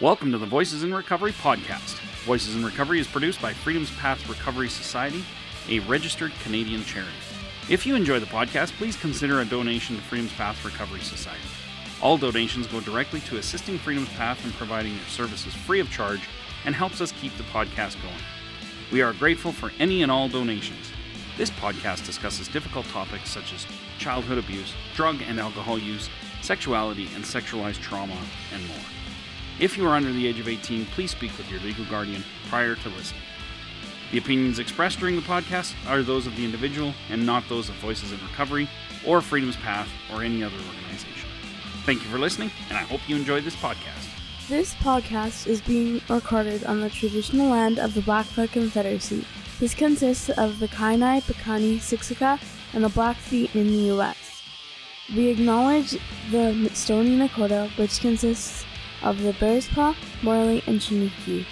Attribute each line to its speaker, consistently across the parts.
Speaker 1: Welcome to the Voices in Recovery podcast. Voices in Recovery is produced by Freedom's Path Recovery Society, a registered Canadian charity. If you enjoy the podcast, please consider a donation to Freedom's Path Recovery Society. All donations go directly to assisting Freedom's Path in providing their services free of charge and helps us keep the podcast going. We are grateful for any and all donations. This podcast discusses difficult topics such as childhood abuse, drug and alcohol use, sexuality and sexualized trauma, and more. If you are under the age of 18, please speak with your legal guardian prior to listening. The opinions expressed during the podcast are those of the individual and not those of Voices in Recovery or Freedom's Path or any other organization. Thank you for listening, and I hope you enjoyed this podcast.
Speaker 2: This podcast is being recorded on the traditional land of the Blackfoot Confederacy. This consists of the Kainai, Piikani, Siksika, and the Blackfeet in the U.S. We acknowledge the Stony Nakota, which consists of the Bearspaw, Morley, and Chiniki.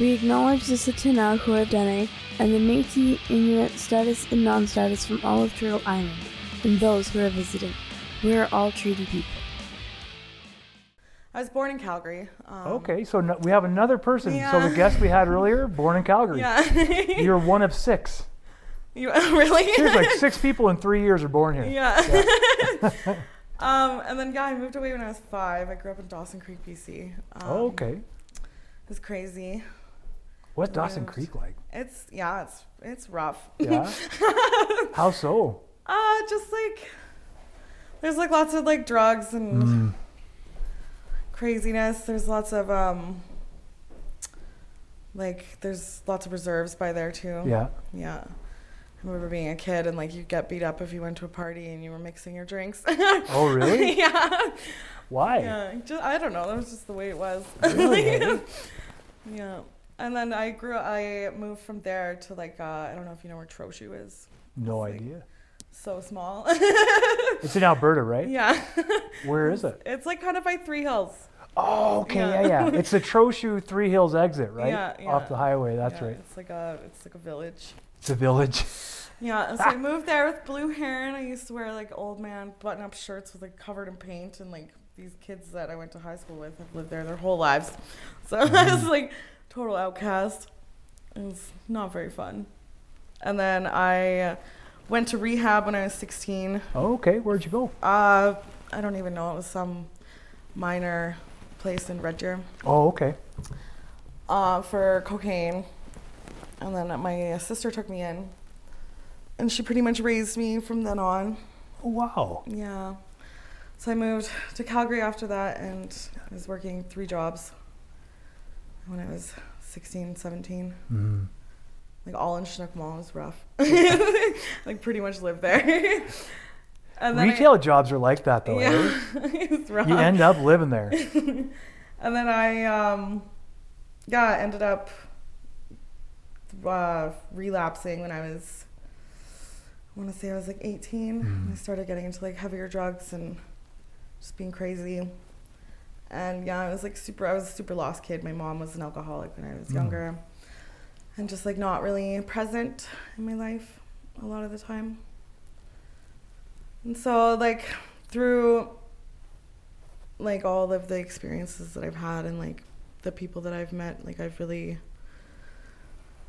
Speaker 2: We acknowledge the Satina Huadene and the Métis, Inuit, status, and non-status from all of Turtle Island, and those who are visiting. We are all treaty people.
Speaker 3: I was born in Calgary. Um,
Speaker 4: Okay, so no, we have another person. So
Speaker 3: Yeah.
Speaker 4: the guest we had earlier, born in Calgary.
Speaker 3: Yeah.
Speaker 4: You're one of six.
Speaker 3: you, really?
Speaker 4: There's like six people in three years are born here.
Speaker 3: yeah. um, and then yeah, I moved away when I was five. I grew up in Dawson Creek, BC. Um,
Speaker 4: Oh, okay.
Speaker 3: It's crazy.
Speaker 4: What's Dawson
Speaker 3: moved.
Speaker 4: Creek like?
Speaker 3: It's yeah, it's it's rough.
Speaker 4: Yeah. How so?
Speaker 3: Uh, just like there's like lots of like drugs and
Speaker 4: Mm.
Speaker 3: craziness. There's lots of um, like there's lots of reserves by there too.
Speaker 4: Yeah.
Speaker 3: Yeah. I remember being a kid and like you'd get beat up if you went to a party and you were mixing your drinks.
Speaker 4: Oh, really?
Speaker 3: yeah.
Speaker 4: Why?
Speaker 3: Yeah. Just, I don't know. That was just the way it was.
Speaker 4: Really, eh?
Speaker 3: yeah. And then I grew I moved from there to like uh, I don't know if you know where Trochu is.
Speaker 4: No
Speaker 3: It's like-
Speaker 4: idea.
Speaker 3: So small.
Speaker 4: It's in Alberta, right?
Speaker 3: yeah.
Speaker 4: Where is it?
Speaker 3: It's like kind of by Three Hills.
Speaker 4: Oh, okay.
Speaker 3: Yeah.
Speaker 4: Yeah, yeah. It's the Trochu Three Hills exit, right?
Speaker 3: Yeah, yeah.
Speaker 4: Off the highway. That's
Speaker 3: Yeah,
Speaker 4: right.
Speaker 3: It's like a it's like a village.
Speaker 4: It's a village.
Speaker 3: Yeah, and so I moved there with blue hair, and I used to wear like old man button up shirts with like covered in paint, and like these kids that I went to high school with have lived there their whole lives. So I was like total outcast. It was not very fun. And then I went to rehab when I was 16.
Speaker 4: Oh, okay. Where'd you go?
Speaker 3: Uh, I don't even know, it was some minor place in Red Deer
Speaker 4: Oh, okay.
Speaker 3: uh, for cocaine. And then my sister took me in, and she pretty much raised me from then on.
Speaker 4: Oh, wow.
Speaker 3: Yeah. So I moved to Calgary after that and I was working three jobs when I was 16, 17.
Speaker 4: Mm.
Speaker 3: Like all in Chinook Mall it was rough. like pretty much lived there. and I-
Speaker 4: Retail jobs are like that, though. eh?
Speaker 3: yeah, it's rough.
Speaker 4: You end up living there.
Speaker 3: and then I, um, yeah, ended up uh, relapsing when I was, I want to say I was like 18. I started getting into like heavier drugs and just being crazy. And yeah, I was like super, I was a super lost kid. My mom was an alcoholic when I was younger and just like not really present in my life a lot of the time. And so, like, through like all of the experiences that I've had and like the people that I've met, like I've really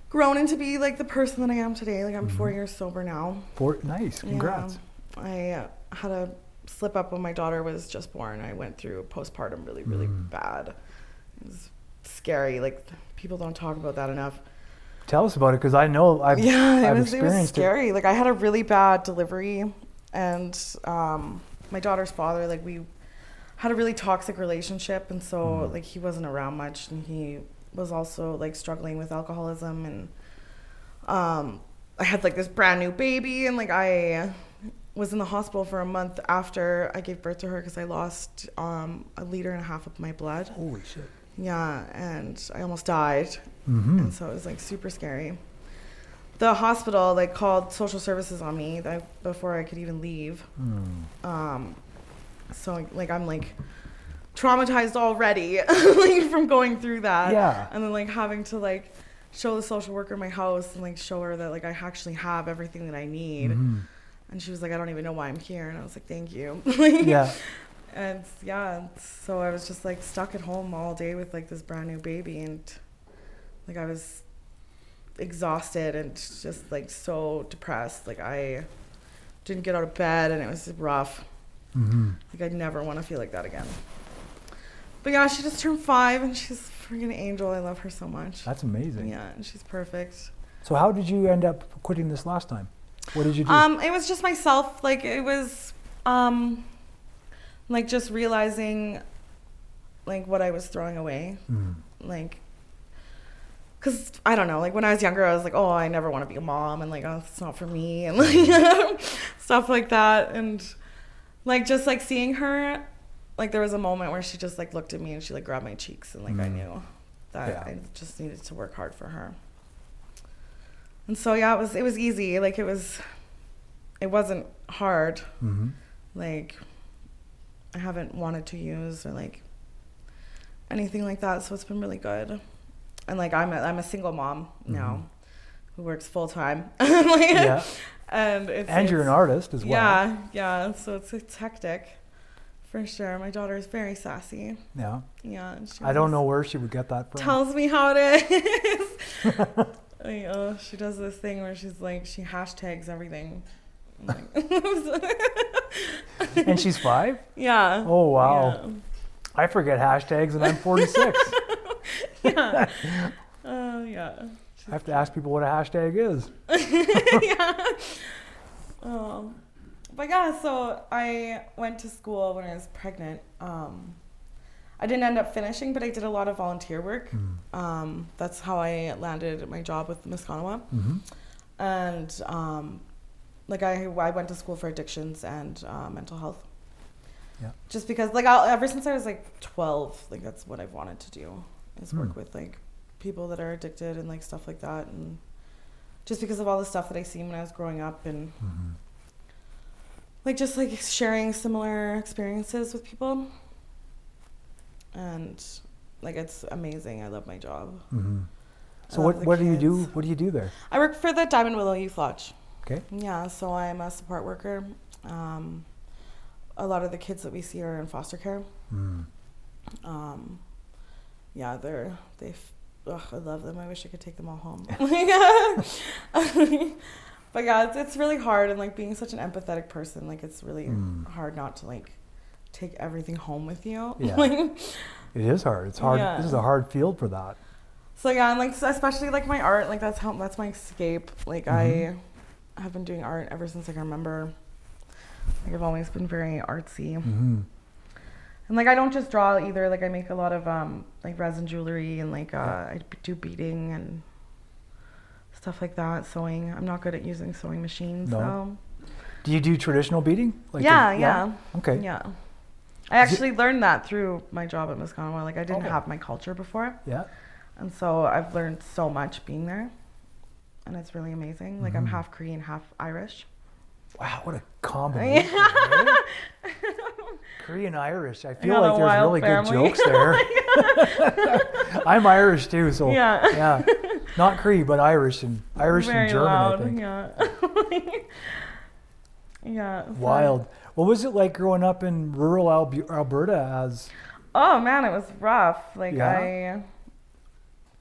Speaker 3: grown into be like the person that I am today. Like I'm four years sober now.
Speaker 4: Four, nice.
Speaker 3: Yeah.
Speaker 4: Congrats.
Speaker 3: I uh, had a slip up when my daughter was just born. I went through postpartum really, really bad. It was scary. Like people don't talk about that enough.
Speaker 4: Tell us about it because I know I've,
Speaker 3: yeah, it
Speaker 4: I've
Speaker 3: was, it
Speaker 4: experienced
Speaker 3: was scary. Like I had a really bad delivery, and um, my daughter's father, like we had a really toxic relationship, and so
Speaker 4: Mm-hmm.
Speaker 3: like he wasn't around much, and he was also like struggling with alcoholism, and um, I had like this brand new baby, and like I was in the hospital for a month after I gave birth to her because I lost um, a liter and a half of my blood.
Speaker 4: Holy shit.
Speaker 3: Yeah, and I almost died.
Speaker 4: hmm
Speaker 3: And so it was like super scary. The hospital like called social services on me like, before I could even leave.
Speaker 4: Hmm.
Speaker 3: Um, so like I'm like traumatized already like from going through that.
Speaker 4: Yeah.
Speaker 3: And then like having to like show the social worker my house and like show her that like I actually have
Speaker 4: Mm-hmm.
Speaker 3: everything that I need. And she was like, I don't even know why I'm here. And I was like, thank you. Like,
Speaker 4: Yeah.
Speaker 3: And yeah, so I was just like stuck at home all day with like this brand new baby, and like I was exhausted and just like so depressed. Like I didn't get out of bed, and it was rough.
Speaker 4: Mm-hmm.
Speaker 3: Like I never want to feel like that again. But yeah, she just turned five, and she's a freaking angel. I love her so much.
Speaker 4: That's amazing.
Speaker 3: Yeah, and she's perfect.
Speaker 4: So how did you end up quitting this last time? What did you do?
Speaker 3: Um, it was just myself. Like it was, um, like just realizing, like what I was throwing away.
Speaker 4: Mm.
Speaker 3: Like, cause I don't know. Like when I was younger, I was like, oh, I never want to be a mom, and like, oh, it's not for me, and like stuff like that, and like just like seeing her. Like there was a moment where she just like looked at me and she like grabbed my cheeks and like I
Speaker 4: Mm.
Speaker 3: knew that
Speaker 4: Yeah.
Speaker 3: I just needed to work hard for her. And so yeah, it was it was easy. Like it was it wasn't hard.
Speaker 4: hmm
Speaker 3: Like I haven't wanted to use or like anything like that, so it's been really good. And like I'm a, I'm a single mom now who works full time. like,
Speaker 4: Mm-hmm. Yeah.
Speaker 3: And it's
Speaker 4: And you're
Speaker 3: it's-
Speaker 4: an artist as well.
Speaker 3: Yeah, yeah. So it's it's hectic for sure. My daughter is very sassy.
Speaker 4: Yeah.
Speaker 3: Yeah. and she
Speaker 4: I don't
Speaker 3: was-
Speaker 4: know where she would get that from.
Speaker 3: tells me how it is. like, oh, she does this thing where she's like, she hashtags everything. I'm Like,
Speaker 4: and she's five?
Speaker 3: yeah.
Speaker 4: Oh, wow. I forget hashtags and I'm 46.
Speaker 3: Yeah. Yeah. Oh, yeah.
Speaker 4: I have to ask people what a hashtag is.
Speaker 3: yeah. Um, but yeah, so I went to school when I was pregnant. Um, I didn't end up finishing, but I did a lot of volunteer work. Um, that's how I landed my job with Muskanawa.
Speaker 4: Mm-hmm.
Speaker 3: and um, like I, I went to school for addictions and uh, mental health.
Speaker 4: Yeah.
Speaker 3: Just because, like, I'll, ever since I was like twelve, like that's what I've wanted to do is work
Speaker 4: Hmm.
Speaker 3: with like people that are addicted and like stuff like that, and just because of all the stuff that I seen when I was growing up and
Speaker 4: Mm-hmm.
Speaker 3: like just like sharing similar experiences with people, and like it's amazing. I love my job.
Speaker 4: Mm-hmm. So
Speaker 3: love
Speaker 4: what,
Speaker 3: the
Speaker 4: what do you do?
Speaker 3: kids.
Speaker 4: What do you do there?
Speaker 3: I work for the Diamond Willow Youth Lodge.
Speaker 4: Okay.
Speaker 3: Yeah, so I'm a support worker. Um, a lot of the kids that we see are in foster care.
Speaker 4: Mm.
Speaker 3: Um, yeah, they're they. f- Ugh, I love them. I wish I could take them all home. but yeah, it's, it's really hard, and like being such an empathetic person, like it's really
Speaker 4: Mm.
Speaker 3: hard not to like take everything home with you.
Speaker 4: Yeah.
Speaker 3: Like,
Speaker 4: It is hard. It's hard.
Speaker 3: Yeah.
Speaker 4: This is a hard field for that.
Speaker 3: So yeah, and like so especially like my art, like that's how that's my escape. Like I
Speaker 4: Mm-hmm.
Speaker 3: have been doing art ever since I can remember. Like I've always been very artsy,
Speaker 4: Mm-hmm.
Speaker 3: and like I don't just draw either. Like I make a lot of um like resin jewelry and like uh, I b- do beading and stuff like that. Sewing. I'm not good at using sewing machines
Speaker 4: No.
Speaker 3: though.
Speaker 4: Do you do traditional beading? the-
Speaker 3: yeah, yeah,
Speaker 4: Okay.
Speaker 3: yeah. I actually learned that through my job at Muskanawa. Like I didn't
Speaker 4: Oh.
Speaker 3: have my culture before.
Speaker 4: Yeah.
Speaker 3: And so I've learned so much being there. And it's really amazing. Like I'm
Speaker 4: Mhm.
Speaker 3: half Korean, half Irish.
Speaker 4: Wow, what a combination. eh? Korean Irish. I feel
Speaker 3: got
Speaker 4: like
Speaker 3: a
Speaker 4: there's
Speaker 3: wild
Speaker 4: really good
Speaker 3: family.
Speaker 4: jokes there. I'm Irish too, so
Speaker 3: Yeah.
Speaker 4: yeah. Not Cree, but Irish and Irish
Speaker 3: Very
Speaker 4: and German,
Speaker 3: loud.
Speaker 4: I think.
Speaker 3: Yeah. yeah. so-
Speaker 4: Wild. What was it like growing up in rural Albu- Alberta as
Speaker 3: Oh man, it was rough. Like
Speaker 4: Yeah?
Speaker 3: I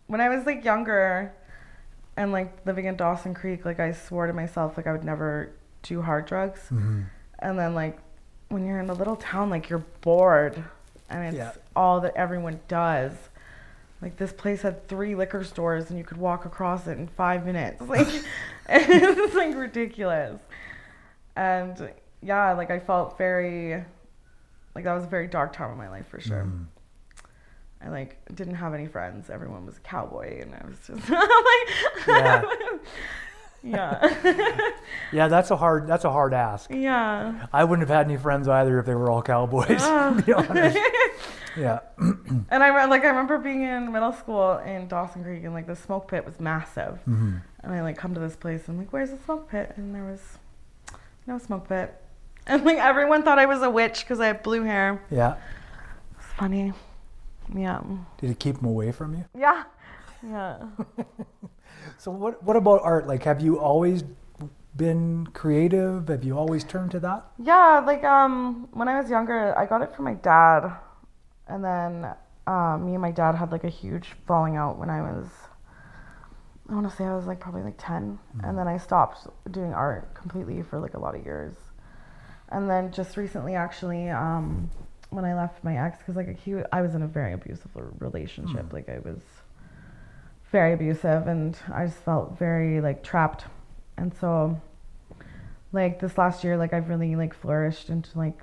Speaker 3: when I was like younger and like living in Dawson Creek, like I swore to myself like I would never do hard drugs.
Speaker 4: Mm-hmm.
Speaker 3: And then like when you're in a little town, like you're bored and it's
Speaker 4: Yeah.
Speaker 3: all that everyone does. Like this place had three liquor stores and you could walk across it in five minutes. Like it's like ridiculous. And yeah, like I felt very like that was a very dark time in my life for sure.
Speaker 4: Mm.
Speaker 3: I like didn't have any friends. Everyone was a cowboy and I was just like
Speaker 4: Yeah.
Speaker 3: Yeah.
Speaker 4: Yeah, that's a hard that's a hard ask.
Speaker 3: yeah. Ah.
Speaker 4: I wouldn't have had any friends either if they were all cowboys. to be honest. Yeah.
Speaker 3: And I re- like I remember being in middle school in Dawson Creek, and like the smoke pit was massive.
Speaker 4: Mhm.
Speaker 3: And I like come to this place, and I'm like, "Where's the smoke pit?" And there was no smoke pit. And like everyone thought I was a witch because I had blue hair.
Speaker 4: Yeah.
Speaker 3: It's funny. Yeah.
Speaker 4: Did it keep them away from you?
Speaker 3: Yeah. Yeah.
Speaker 4: So what what about art? Like have you always been creative? Have you always turned to that?
Speaker 5: Yeah, like um, when I was younger, I got it from my dad, and then uh, me and my dad had like a huge falling out when I was. I want to say I was like probably like 10 and then I stopped doing art completely for like a lot of years, and then just recently actually um, when I left my ex because like he I was in a very abusive relationship like I was very abusive and I just felt very like trapped and so like this last year like I've really like flourished into like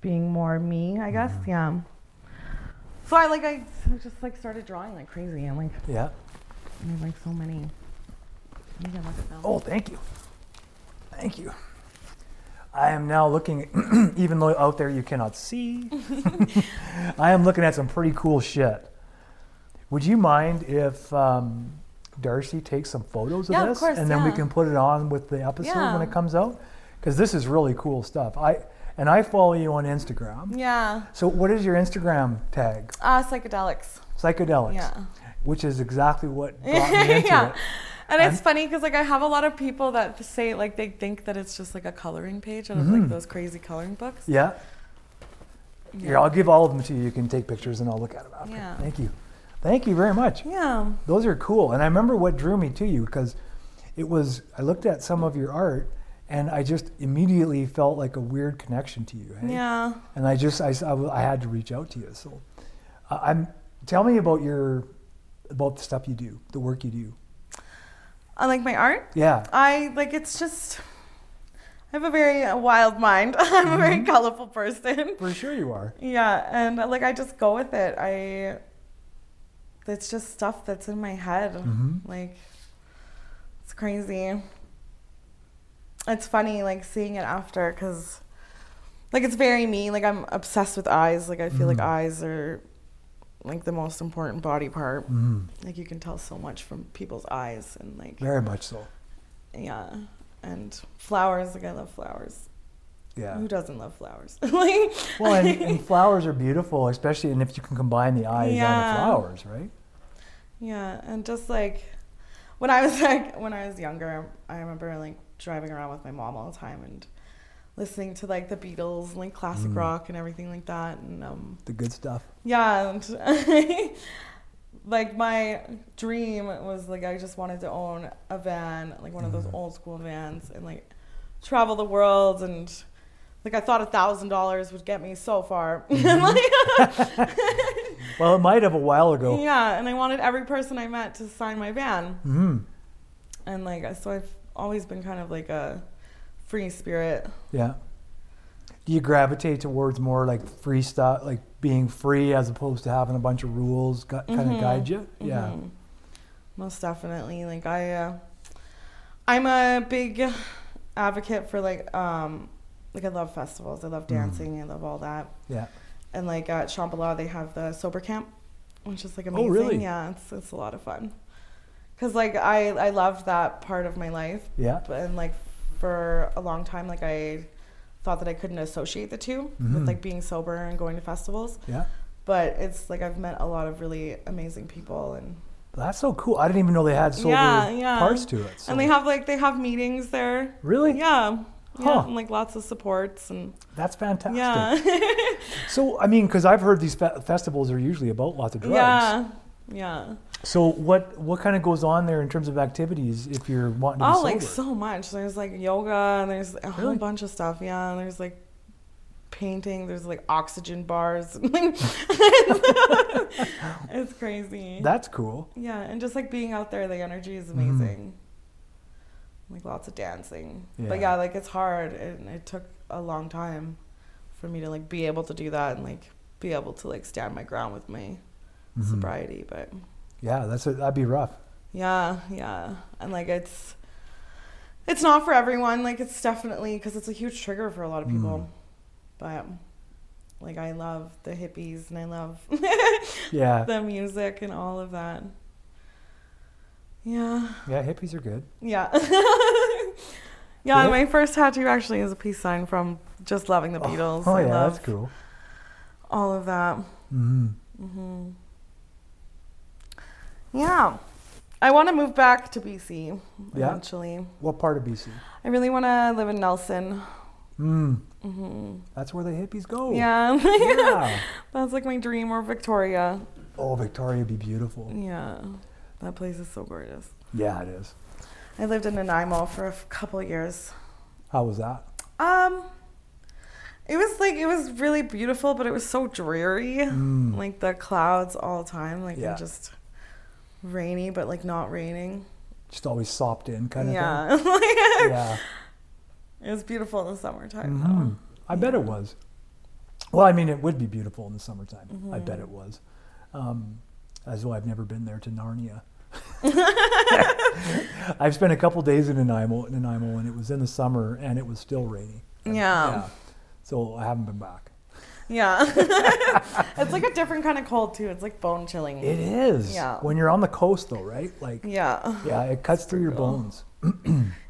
Speaker 5: being more me I guess
Speaker 4: Mm-hmm.
Speaker 5: yeah so I like I just like started drawing like crazy and like
Speaker 4: Yeah.
Speaker 5: I made like so many I think I must have-
Speaker 4: Oh, thank you. Thank you. I am now looking, even though out there you cannot see, I am looking at some pretty cool shit. Would you mind if um, Darcy takes some photos of
Speaker 3: Yeah, of
Speaker 4: this
Speaker 3: course,
Speaker 4: and then we
Speaker 3: yeah.
Speaker 4: can put it on with the episode when
Speaker 3: Yeah.
Speaker 4: it comes out? Because this is really cool stuff. I and I follow you on Instagram.
Speaker 3: Yeah.
Speaker 4: So what is your Instagram tag?
Speaker 3: Uh, psychedelics.
Speaker 4: Psychedelics,
Speaker 3: Yeah.
Speaker 4: which is exactly what brought me into
Speaker 3: yeah.
Speaker 4: it.
Speaker 3: And it's funny because like I have a lot of people that say like they think that it's just like a coloring page out of
Speaker 4: Mm-hmm.
Speaker 3: like those crazy coloring books.
Speaker 4: Yeah. Here, I'll give all of them to you. You can take pictures and I'll look at them after.
Speaker 3: Yeah.
Speaker 4: Thank you. Thank you very much.
Speaker 3: Yeah.
Speaker 4: Those are cool. And I remember what drew me to you because it was, I looked at some of your art and I just immediately felt like a weird connection to you. hey?
Speaker 3: Yeah.
Speaker 4: And I just, I, s- I w- I had to reach out to you. So uh, I'm, tell me about your, about the stuff you do, the work you do.
Speaker 3: I like my art.
Speaker 4: Yeah.
Speaker 3: I like it's just I have a very uh, wild mind. I'm a very colorful person.
Speaker 4: For sure you are.
Speaker 3: Yeah, and uh, like I just go with it. I it's just stuff that's in my head. Like it's crazy. It's funny like seeing it after cuz like it's very me. Like I'm obsessed with eyes. Like I feel like eyes are like the most important body part. Like you can tell so much from people's eyes and like
Speaker 4: Mm-hmm. Very much so.
Speaker 3: yeah. And flowers, like I love flowers.
Speaker 4: Yeah.
Speaker 3: Who doesn't love flowers? like
Speaker 4: Well, and, and flowers are beautiful, especially and if you can combine the eyes
Speaker 3: Yeah.
Speaker 4: on the flowers, right?
Speaker 3: Yeah, and just like when I was like when I was younger, I remember like driving around with my mom all the time and listening to like the Beatles and like classic
Speaker 4: Mm.
Speaker 3: rock and everything like that. And um,
Speaker 4: The good stuff.
Speaker 3: yeah, and like my dream was like I just wanted to own a van, like one of those old school vans, and like travel the world and. Like I thought a thousand dollars would get me so far, And, like,
Speaker 4: Well, it might have a while ago.
Speaker 3: yeah. And I wanted every person I met to sign my van.
Speaker 4: Mm,
Speaker 3: and like so i've always been kind of like a free spirit
Speaker 4: yeah. Do you gravitate towards more like free stuff, like being free as opposed to having a bunch of rules gu- kind
Speaker 3: Mm-hmm.
Speaker 4: of guide you? Yeah.
Speaker 3: Mhm. most definitely like i uh, i'm a big advocate for like um like i love festivals i
Speaker 4: Mm.
Speaker 3: love dancing i love all that
Speaker 4: Yeah.
Speaker 3: and like at Shambhala they have the sober camp which is like amazing
Speaker 4: Oh, really?
Speaker 3: yeah it's, it's a lot of fun because like i i loved that part of my life
Speaker 4: Yeah.
Speaker 3: But- and like for a long time like i thought that i couldn't associate the 2
Speaker 4: Mm-hmm.
Speaker 3: with like being sober and going to festivals
Speaker 4: Yeah.
Speaker 3: but it's like i've met a lot of really amazing people and
Speaker 4: That's so cool. I didn't even know they had solar
Speaker 3: Yeah, yeah.
Speaker 4: parts to it. so-
Speaker 3: and they have like they have meetings there
Speaker 4: really?
Speaker 3: yeah yeah
Speaker 4: Huh.
Speaker 3: and like lots of supports and
Speaker 4: That's fantastic.
Speaker 3: yeah
Speaker 4: So, I mean, because I've heard these fe- festivals are usually about lots of drugs.
Speaker 3: yeah yeah
Speaker 4: So, what what kind of goes on there in terms of activities if you're wanting to be
Speaker 3: oh
Speaker 4: sober?
Speaker 3: like so much there's like yoga and there's a whole
Speaker 4: Really?
Speaker 3: bunch of stuff yeah and there's like painting there's like oxygen bars it's crazy
Speaker 4: That's cool.
Speaker 3: yeah and just like being out there the energy is amazing like lots of dancing but
Speaker 4: Yeah.
Speaker 3: yeah like it's hard and it took a long time for me to like be able to do that and like be able to like stand my ground with my
Speaker 4: Mm-hmm.
Speaker 3: sobriety but
Speaker 4: Yeah, that's a, that'd be rough.
Speaker 3: yeah, yeah. And like it's it's not for everyone. Like it's definitely cuz it's a huge trigger for a lot of people. But like I love the hippies and I love
Speaker 4: Yeah,
Speaker 3: the music and all of that. Yeah.
Speaker 4: yeah, hippies are good.
Speaker 3: Yeah. yeah,
Speaker 4: Yeah.
Speaker 3: my first tattoo actually is a peace sign from just loving the Beatles.
Speaker 4: Oh
Speaker 3: I
Speaker 4: yeah,
Speaker 3: love
Speaker 4: that's cool. Mm-hmm.
Speaker 3: all of that.
Speaker 4: hmm
Speaker 3: Yeah. I want to move back to BC
Speaker 4: Yeah?
Speaker 3: eventually.
Speaker 4: What part of BC?
Speaker 3: I really want to live in Nelson.
Speaker 4: Mm. That's where the hippies go.
Speaker 3: Mm-hmm. Yeah.
Speaker 4: Yeah.
Speaker 3: That's like my dream or Victoria.
Speaker 4: Oh, Victoria would be beautiful.
Speaker 3: Yeah. That place is so gorgeous.
Speaker 4: Yeah, it is.
Speaker 3: I lived in Nanaimo for a f- couple years.
Speaker 4: How was that?
Speaker 3: Um, it was like it was really beautiful, but it was so dreary. Like the clouds all the time, like
Speaker 4: Mm. Yeah.
Speaker 3: and just rainy, but like not raining.
Speaker 4: Just always sopped in kind of
Speaker 3: yeah,
Speaker 4: thing.
Speaker 3: Like,
Speaker 4: Yeah.
Speaker 3: it was beautiful in the summertime.
Speaker 4: Mm. I bet it was. Well, I mean, it would be beautiful in the summertime.
Speaker 3: Mm-hmm.
Speaker 4: I bet it was. Um, as well, I've never been there to Narnia. I've spent a couple days in Nanaimo, Nanaimo, and it was in the summer, and it was still rainy.
Speaker 3: Though. Yeah,
Speaker 4: Yeah. So I haven't been back.
Speaker 3: yeah. it's like a different kind of cold too. It's like bone chilling.
Speaker 4: It is.
Speaker 3: Yeah.
Speaker 4: When you're on the coast, though, right? Like,
Speaker 3: yeah,
Speaker 4: yeah, it cuts through your bones.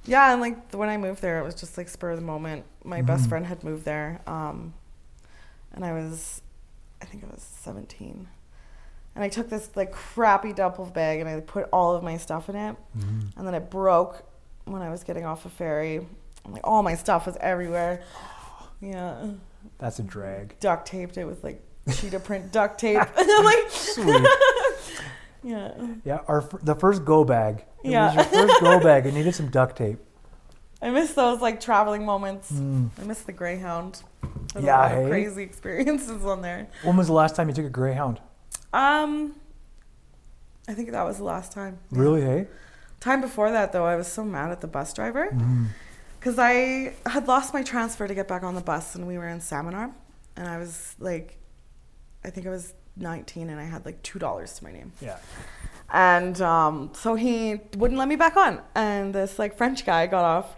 Speaker 3: yeah. And like th- when I moved there, it was just like spur of the moment. My
Speaker 4: Mm-hmm.
Speaker 3: best friend had moved there, um, and I was, I think I was seventeen. And I took this like crappy duffel bag and I put all of my stuff in it.
Speaker 4: Mm-hmm.
Speaker 3: and then it broke when I was getting off a ferry. I'm like, all my stuff was everywhere. Yeah,
Speaker 4: That's a drag.
Speaker 3: duct taped it with like cheetah print duct tape. And I'm like,
Speaker 4: Sweet.
Speaker 3: yeah,
Speaker 4: yeah, our fir- the first go bag. It
Speaker 3: Yeah.
Speaker 4: was your first go bag. It needed some duct tape.
Speaker 3: I miss those like traveling moments. I miss the Greyhound. There's
Speaker 4: Mm. Yeah,
Speaker 3: a lot
Speaker 4: hey?
Speaker 3: of crazy experiences on there.
Speaker 4: When was the last time you took a Greyhound?
Speaker 3: Um, I think that was the last time.
Speaker 4: Really, hey?
Speaker 3: Time before that though, I was so mad at the bus driver because I had lost my transfer to get back on the bus, and we were in Seminar, and I was like, I think I was 19, and I had like two dollars to my name,
Speaker 4: Yeah.
Speaker 3: and um, so he wouldn't let me back on, and this like French guy got off,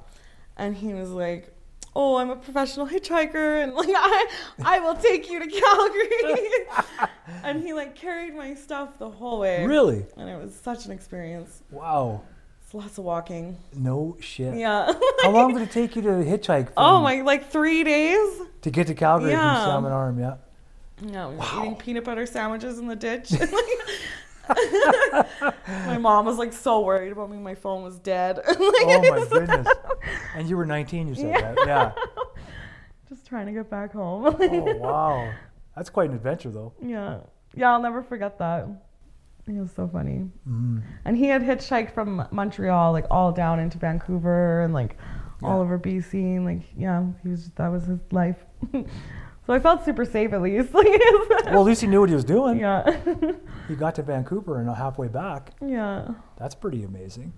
Speaker 3: and he was like. Oh, I'm a professional hitchhiker, and like I, I will take you to Calgary. and he like carried my stuff the whole way.
Speaker 4: Really?
Speaker 3: And it was such an experience.
Speaker 4: Wow.
Speaker 3: It's lots of walking.
Speaker 4: No shit.
Speaker 3: Yeah.
Speaker 4: How long did it take you to hitchhike from,
Speaker 3: oh my, like three days.
Speaker 4: to get to Calgary
Speaker 3: Yeah.
Speaker 4: from Salmon Arm? Yeah.
Speaker 3: Yeah, we were eating peanut butter sandwiches in the ditch. my mom was like so worried about me. My phone was dead. Like,
Speaker 4: Oh
Speaker 3: it
Speaker 4: my
Speaker 3: was-
Speaker 4: goodness. And you were 19, you said
Speaker 3: Yeah.
Speaker 4: that. Yeah.
Speaker 3: Just trying to get back home.
Speaker 4: Oh wow. That's quite an adventure, though.
Speaker 3: yeah, yeah, I'll never forget that. It was so funny.
Speaker 4: Mm.
Speaker 3: And he had hitchhiked from Montreal, like all down into Vancouver and like all over BC. And, like, yeah, he was that was his life. so I felt super safe at least. Like, it's-
Speaker 4: Well, at least he knew what he was doing.
Speaker 3: yeah,
Speaker 4: He got to Vancouver and halfway back.
Speaker 3: yeah.
Speaker 4: That's pretty amazing.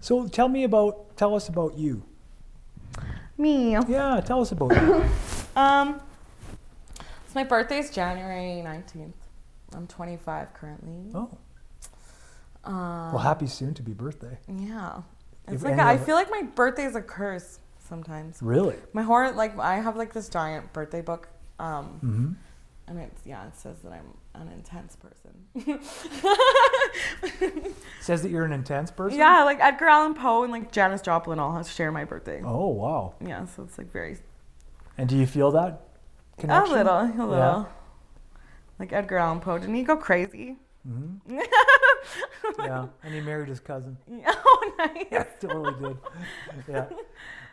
Speaker 4: So tell me about, tell us about you.
Speaker 3: Me.
Speaker 4: Yeah, tell us about you.
Speaker 3: Um, so my birthday's January nineteenth. I'm 25 currently.
Speaker 4: Oh,
Speaker 3: Um,
Speaker 4: well, happy soon to be birthday.
Speaker 3: yeah.
Speaker 4: If
Speaker 3: It's like
Speaker 4: any
Speaker 3: a, I
Speaker 4: of-
Speaker 3: feel like my birthday is a curse sometimes.
Speaker 4: Really?
Speaker 3: My horror, like I have like this giant birthday book. Um,
Speaker 4: Mm-hmm.
Speaker 3: and it's yeah, it says that I'm an intense person.
Speaker 4: Says that you're an intense person.
Speaker 3: yeah, like Edgar Allan Poe and like Janis Joplin all share my birthday.
Speaker 4: Oh wow.
Speaker 3: Yeah, so it's like very
Speaker 4: And do you feel that
Speaker 3: a
Speaker 4: connection?
Speaker 3: little, a little. Like Edgar Allan Poe, didn't he go crazy?
Speaker 4: Mm-hmm. Yeah. And he married his cousin.
Speaker 3: oh, nice.
Speaker 4: totally did. Yeah.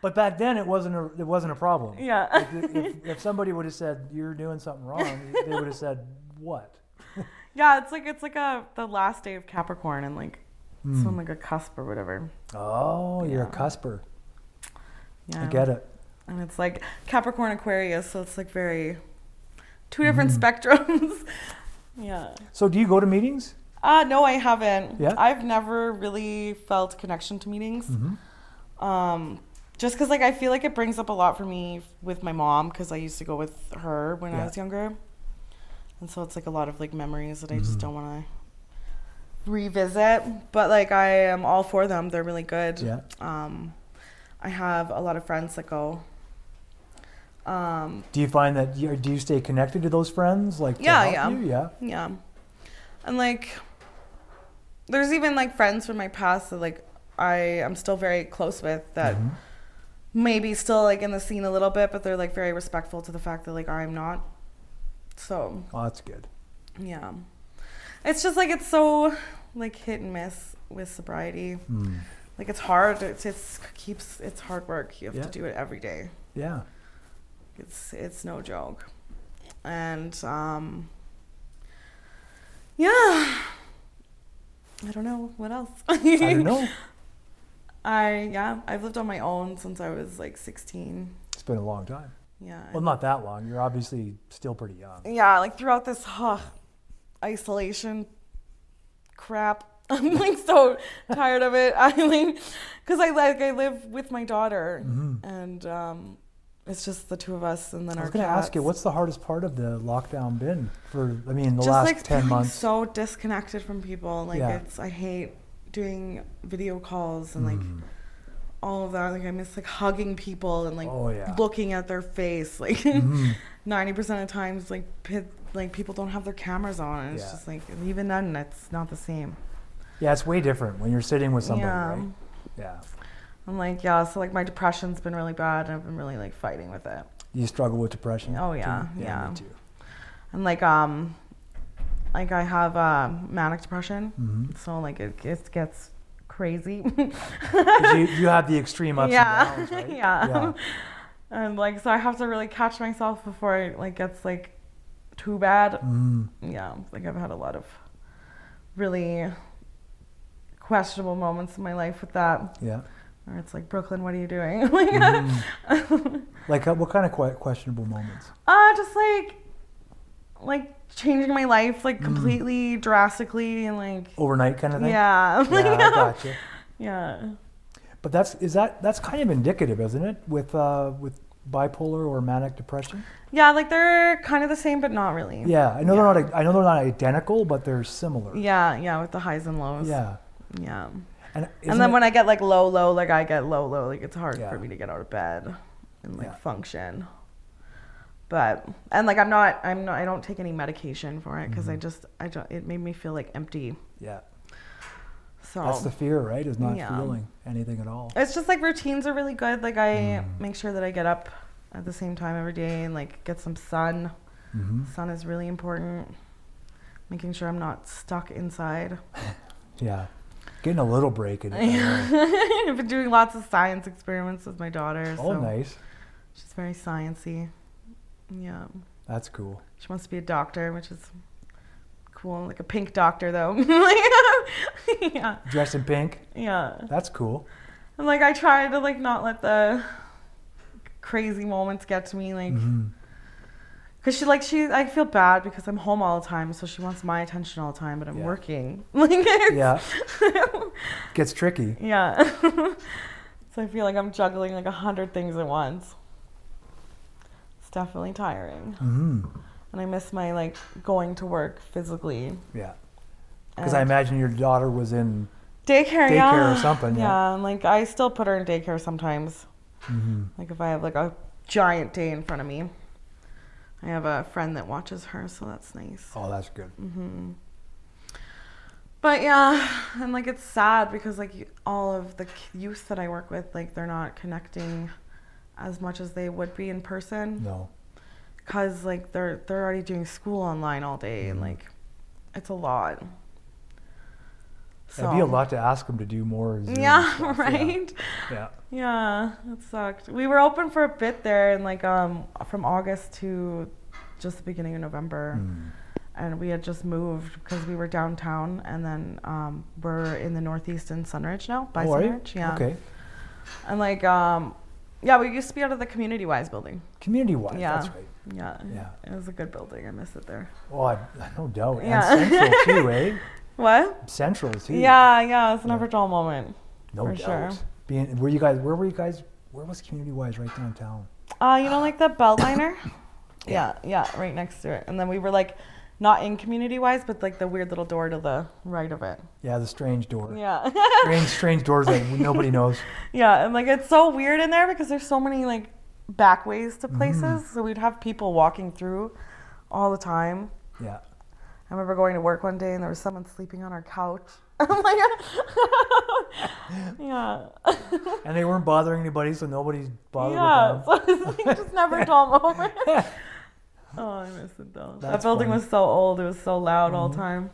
Speaker 4: But back then it wasn't a it wasn't a problem.
Speaker 3: Yeah.
Speaker 4: If, if- if somebody would have said you're doing something wrong, they would have said what?
Speaker 3: Yeah, it's like it's like a the last day of Capricorn and like it's
Speaker 4: Mm.
Speaker 3: on like a cusp or whatever.
Speaker 4: Oh, you're a
Speaker 3: Yeah.
Speaker 4: cusper.
Speaker 3: Yeah.
Speaker 4: I get it.
Speaker 3: And it's like Capricorn Aquarius, so it's like very two different
Speaker 4: Mm-hmm.
Speaker 3: spectrums. yeah.
Speaker 4: So do you go to meetings?
Speaker 3: Uh no, I haven't.
Speaker 4: Yeah?
Speaker 3: I've never really felt connection to meetings.
Speaker 4: Mm-hmm.
Speaker 3: Um just cuz like I feel like it brings up a lot for me with my mom cuz I used to go with her when
Speaker 4: Yeah.
Speaker 3: I was younger. And so it's like a lot of like memories that I
Speaker 4: Mm-hmm.
Speaker 3: just don't want to revisit, but like I am all for them. They're really good.
Speaker 4: Yeah.
Speaker 3: Um I have a lot of friends that go um
Speaker 4: Do you find that you, do you stay connected to those friends? Like to
Speaker 3: Yeah,
Speaker 4: help
Speaker 3: yeah.
Speaker 4: you? yeah.
Speaker 3: Yeah. And like there's even like friends from my past that like I am still very close with
Speaker 4: Mm-hmm.
Speaker 3: that maybe still like in the scene a little bit, but they're like very respectful to the fact that like I'm not. So
Speaker 4: Oh, that's good.
Speaker 3: yeah. It's just like it's so like hit and miss. with sobriety.
Speaker 4: Mm.
Speaker 3: Like it's hard. It's, it's keeps it's hard work. You have
Speaker 4: Yeah.
Speaker 3: to do it every day.
Speaker 4: Yeah.
Speaker 3: It's it's no joke. And um yeah. I don't know what else. I
Speaker 4: I don't know.
Speaker 3: I yeah, I've lived on my own since I was like 16.
Speaker 4: It's been a long time.
Speaker 3: Yeah. I-
Speaker 4: Well, not that long. You're obviously still pretty young.
Speaker 3: yeah, like throughout this huh, isolation crap. I'm like so tired of it. I mean, because I like I live with my daughter, and um, it's just the two of us, and then
Speaker 4: Mm-hmm. I
Speaker 3: our
Speaker 4: was going to
Speaker 3: cats.
Speaker 4: ask you, what's the hardest part of the lockdown been for? I mean, the
Speaker 3: just
Speaker 4: last
Speaker 3: like
Speaker 4: ten
Speaker 3: feeling
Speaker 4: months.
Speaker 3: so disconnected from people. Like
Speaker 4: Yeah.
Speaker 3: it's I hate doing video calls and like
Speaker 4: Mm.
Speaker 3: all of that. Like I miss like hugging people and like
Speaker 4: Oh, yeah. Mm-hmm.
Speaker 3: looking at their face. Like ninety percent of times, like pit, like people don't have their cameras on. And
Speaker 4: Yeah.
Speaker 3: It's just like even then, it's not the same.
Speaker 4: yeah, it's way different when you're sitting with somebody,
Speaker 3: yeah,
Speaker 4: right? Yeah.
Speaker 3: I'm like yeah. So like my depression's been really bad. and I've been really like fighting with it.
Speaker 4: You struggle with depression.
Speaker 3: Oh,
Speaker 4: too?
Speaker 3: yeah,
Speaker 4: Yeah.
Speaker 3: yeah.
Speaker 4: Me too.
Speaker 3: And like um, like I have uh, manic depression.
Speaker 4: Mm-hmm.
Speaker 3: So like it, it gets crazy.
Speaker 4: 'Cause you, you have the extreme ups
Speaker 3: yeah.
Speaker 4: and downs, right?
Speaker 3: yeah.
Speaker 4: Yeah.
Speaker 3: And like so I have to really catch myself before it like gets like too bad.
Speaker 4: Mm-hmm.
Speaker 3: Yeah. Like I've had a lot of really questionable moments in my life with that.
Speaker 4: Yeah.
Speaker 3: Or it's like Brooklyn, what are you doing?
Speaker 4: Like, uh, what kind of que- questionable moments?
Speaker 3: uh just like like changing my life like
Speaker 4: Mm.
Speaker 3: completely drastically and like
Speaker 4: Overnight kind of thing.
Speaker 3: yeah.
Speaker 4: Oh, Yeah, I gotcha.
Speaker 3: yeah.
Speaker 4: But that's is that that's kind of indicative, isn't it, with uh, with bipolar or manic depression?
Speaker 3: Yeah, like they're kind of the same but not really.
Speaker 4: Yeah, I know they're not. I know they're not identical, but they're similar.
Speaker 3: Yeah, yeah, with the highs and lows.
Speaker 4: Yeah.
Speaker 3: Yeah.
Speaker 4: And,
Speaker 3: and then when I get like low, low, like I get low, low, like it's hard
Speaker 4: Yeah.
Speaker 3: for me to get out of bed and like
Speaker 4: Yeah.
Speaker 3: function. But and like I'm not, I'm not, I don't take any medication for it
Speaker 4: Mm-hmm.
Speaker 3: because I just, I don't. It made me feel like empty.
Speaker 4: yeah,
Speaker 3: So
Speaker 4: that's the fear, right? Is not
Speaker 3: Oh. Yeah.
Speaker 4: feeling anything at all.
Speaker 3: it's just like routines are really good. Like I
Speaker 4: Mm.
Speaker 3: make sure that I get up at the same time every day and like get some sun.
Speaker 4: Mm-hmm.
Speaker 3: Sun is really important. Making sure I'm not stuck inside.
Speaker 4: Yeah, getting a little break in it. Yeah.
Speaker 3: I've been doing lots of science experiments with my daughter.
Speaker 4: Oh,
Speaker 3: so
Speaker 4: nice.
Speaker 3: She's very sciencey. Yeah.
Speaker 4: That's cool.
Speaker 3: She wants to be a doctor, which is cool. Like a pink doctor, though. yeah,
Speaker 4: Dressed in pink.
Speaker 3: yeah.
Speaker 4: That's cool.
Speaker 3: And like I try to like not let the crazy moments get to me, like.
Speaker 4: Mm-hmm.
Speaker 3: Cause she like she I feel bad because I'm home all the time, so she wants my attention all the time, but I'm
Speaker 4: Yeah.
Speaker 3: working. Like it's-
Speaker 4: Yeah. Gets tricky.
Speaker 3: yeah. so I feel like I'm juggling like a hundred things at once. It's definitely tiring,
Speaker 4: Mm.
Speaker 3: and I miss my like going to work physically.
Speaker 4: Yeah. Because I
Speaker 3: And-
Speaker 4: imagine your daughter was in.
Speaker 3: daycare,
Speaker 4: Daycare
Speaker 3: yeah.
Speaker 4: or something, yeah.
Speaker 3: and like I still put her in daycare sometimes.
Speaker 4: Mm-hmm.
Speaker 3: Like if I have like a giant day in front of me, I have a friend that watches her, so that's nice.
Speaker 4: Oh, that's good.
Speaker 3: Mm-hmm. But yeah, and like it's sad because like you- all of the k- youth that I work with, like they're not connecting as much as they would be in person
Speaker 4: No.
Speaker 3: because like they're they're already doing school online all day
Speaker 4: Mm-hmm.
Speaker 3: and like it's a lot.
Speaker 4: That'd be a lot to ask them to do more. Zoom
Speaker 3: Yeah,
Speaker 4: stuff,
Speaker 3: right.
Speaker 4: Yeah.
Speaker 3: Yeah, it sucked. We were open for a bit there, and like um, from August to just the beginning of November,
Speaker 4: Hmm.
Speaker 3: and we had just moved because we were downtown, and then um, we're in the northeast in Sunridge now by
Speaker 4: Oh, are you?
Speaker 3: Sunridge. Yeah,
Speaker 4: Okay.
Speaker 3: and like um, yeah, we used to be out of the Community Wise building.
Speaker 4: Community wise,
Speaker 3: Yeah.
Speaker 4: that's right.
Speaker 3: Yeah,
Speaker 4: Yeah.
Speaker 3: it was a good building. I miss it there.
Speaker 4: Oh, I, no doubt.
Speaker 3: Yeah.
Speaker 4: And central too, eh?
Speaker 3: What?
Speaker 4: Central too.
Speaker 3: Yeah, yeah, it's never dull moment.
Speaker 4: Hmm. No
Speaker 3: for
Speaker 4: doubt.
Speaker 3: sure.
Speaker 4: Being were you guys? Where were you guys? Where was community wise? Right downtown.
Speaker 3: Uh, you know, like the Beltliner? yeah, yeah, right next to it. And then we were like, not in community wise, but like the weird little door to the right of it.
Speaker 4: Yeah, the strange door.
Speaker 3: Yeah.
Speaker 4: Strange, strange doors that nobody knows.
Speaker 3: yeah. And like, it's so weird in there because there's so many like back ways
Speaker 4: Mm-hmm.
Speaker 3: to places. So we'd have people walking through all the time.
Speaker 4: Yeah.
Speaker 3: I remember going to work one day and there was someone sleeping on our couch. I'm like, yeah.
Speaker 4: And they weren't bothering anybody, so nobody's bothered
Speaker 3: yeah.
Speaker 4: with them.
Speaker 3: So it's like just never dull moment. Oh, I miss it though. that
Speaker 4: That's
Speaker 3: building
Speaker 4: funny.
Speaker 3: was so old. It was so loud all the time.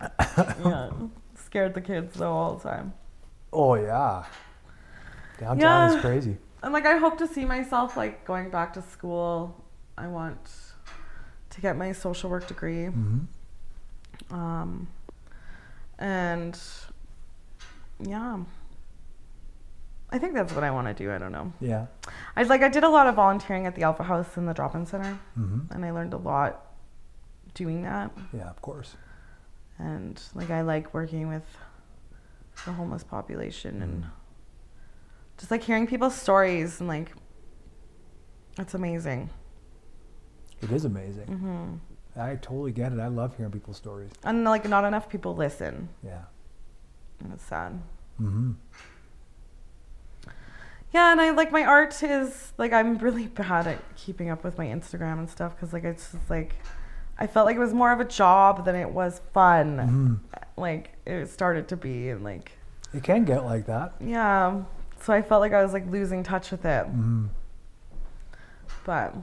Speaker 3: yeah, it's scared the kids though all the time.
Speaker 4: Oh yeah. Downtown is
Speaker 3: Yeah.
Speaker 4: crazy.
Speaker 3: And like I hope to see myself like going back to school. I want to get my social work degree.
Speaker 4: Mm-hmm.
Speaker 3: Um, and yeah. I think that's what I want to do. I don't know.
Speaker 4: Yeah.
Speaker 3: I like I did a lot of volunteering at the Alpha House and the Drop-in Center,
Speaker 4: hmm
Speaker 3: and I learned a lot doing that.
Speaker 4: Yeah, of course.
Speaker 3: And like I like working with the homeless population and just like hearing people's stories and like it's amazing.
Speaker 4: It is amazing.
Speaker 3: Mm-hmm.
Speaker 4: I totally get it. I love hearing people's stories.
Speaker 3: And like not enough people listen.
Speaker 4: Yeah.
Speaker 3: And it's sad.
Speaker 4: hmm
Speaker 3: Yeah, and I like my art is like I'm really bad at keeping up with my Instagram and stuff because like it's just like I felt like it was more of a job than it was fun.
Speaker 4: Mm.
Speaker 3: Like it started to be and like
Speaker 4: Mm-hmm. It can get like that.
Speaker 3: yeah, so I felt like I was like losing touch with it. But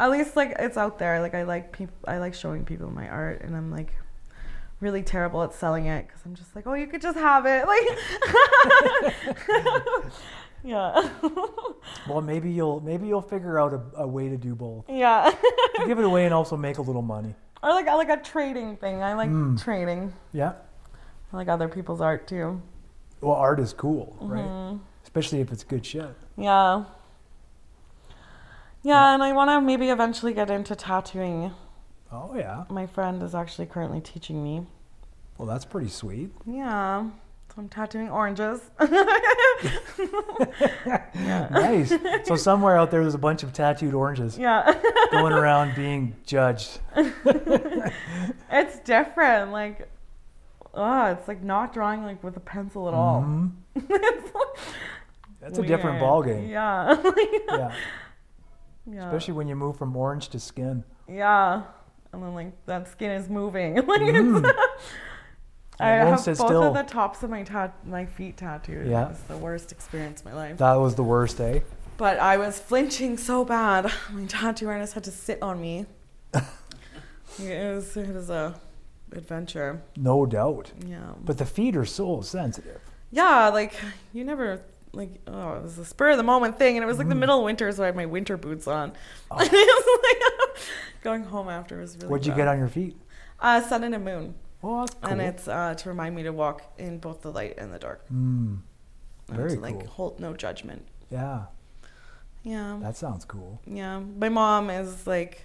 Speaker 3: at least like it's out there. Like I like people. I like showing people my art, and I'm like really terrible at selling it because I'm just like, oh, you could just have it. Like, yeah,
Speaker 4: Well, maybe you'll maybe you'll figure out a, a way to do both.
Speaker 3: yeah.
Speaker 4: Give it away and also make a little money.
Speaker 3: or like I like a trading thing. I like trading.
Speaker 4: Yeah.
Speaker 3: I like other people's art too.
Speaker 4: Well, art is cool,
Speaker 3: Mm-hmm.
Speaker 4: right? Especially if it's good shit.
Speaker 3: Yeah. Yeah, and I want to maybe eventually get into tattooing.
Speaker 4: Oh yeah.
Speaker 3: My friend is actually currently teaching me.
Speaker 4: Well, that's pretty sweet.
Speaker 3: Yeah. So I'm tattooing oranges.
Speaker 4: Nice. so somewhere out there, there's a bunch of tattooed oranges
Speaker 3: yeah.
Speaker 4: going around being judged.
Speaker 3: it's different. Like, oh, it's like not drawing like with a pencil at all. it's
Speaker 4: Mm-hmm. That's a different ballgame.
Speaker 3: Yeah. Uh,
Speaker 4: Yeah.
Speaker 3: yeah.
Speaker 4: Especially when you move from orange to skin.
Speaker 3: Yeah. And then like that skin is moving. like it's, I
Speaker 4: Mm. It won't
Speaker 3: have both
Speaker 4: sit Mm-hmm. still.
Speaker 3: of the tops of my tat- my feet tattooed.
Speaker 4: Yeah.
Speaker 3: It was the worst experience of my life.
Speaker 4: That was the worst, eh?
Speaker 3: But I was flinching so bad. My tattoo artist had to sit on me. it was it was a adventure.
Speaker 4: No doubt.
Speaker 3: Yeah.
Speaker 4: But the feet are so sensitive.
Speaker 3: Yeah, like you never like oh, it was a spur of the moment thing and it was
Speaker 4: Mm-hmm.
Speaker 3: like the middle of winter, so I had my winter boots on. And it was like going home after was really
Speaker 4: Oh. What'd you
Speaker 3: bad.
Speaker 4: get on your feet?
Speaker 3: Uh sun and a moon.
Speaker 4: Well, that's cool.
Speaker 3: And it's uh, to remind me to walk in both the light and the dark.
Speaker 4: Mm,
Speaker 3: and
Speaker 4: very
Speaker 3: to like
Speaker 4: cool.
Speaker 3: hold no judgment.
Speaker 4: yeah,
Speaker 3: Yeah.
Speaker 4: that sounds cool.
Speaker 3: yeah my mom is like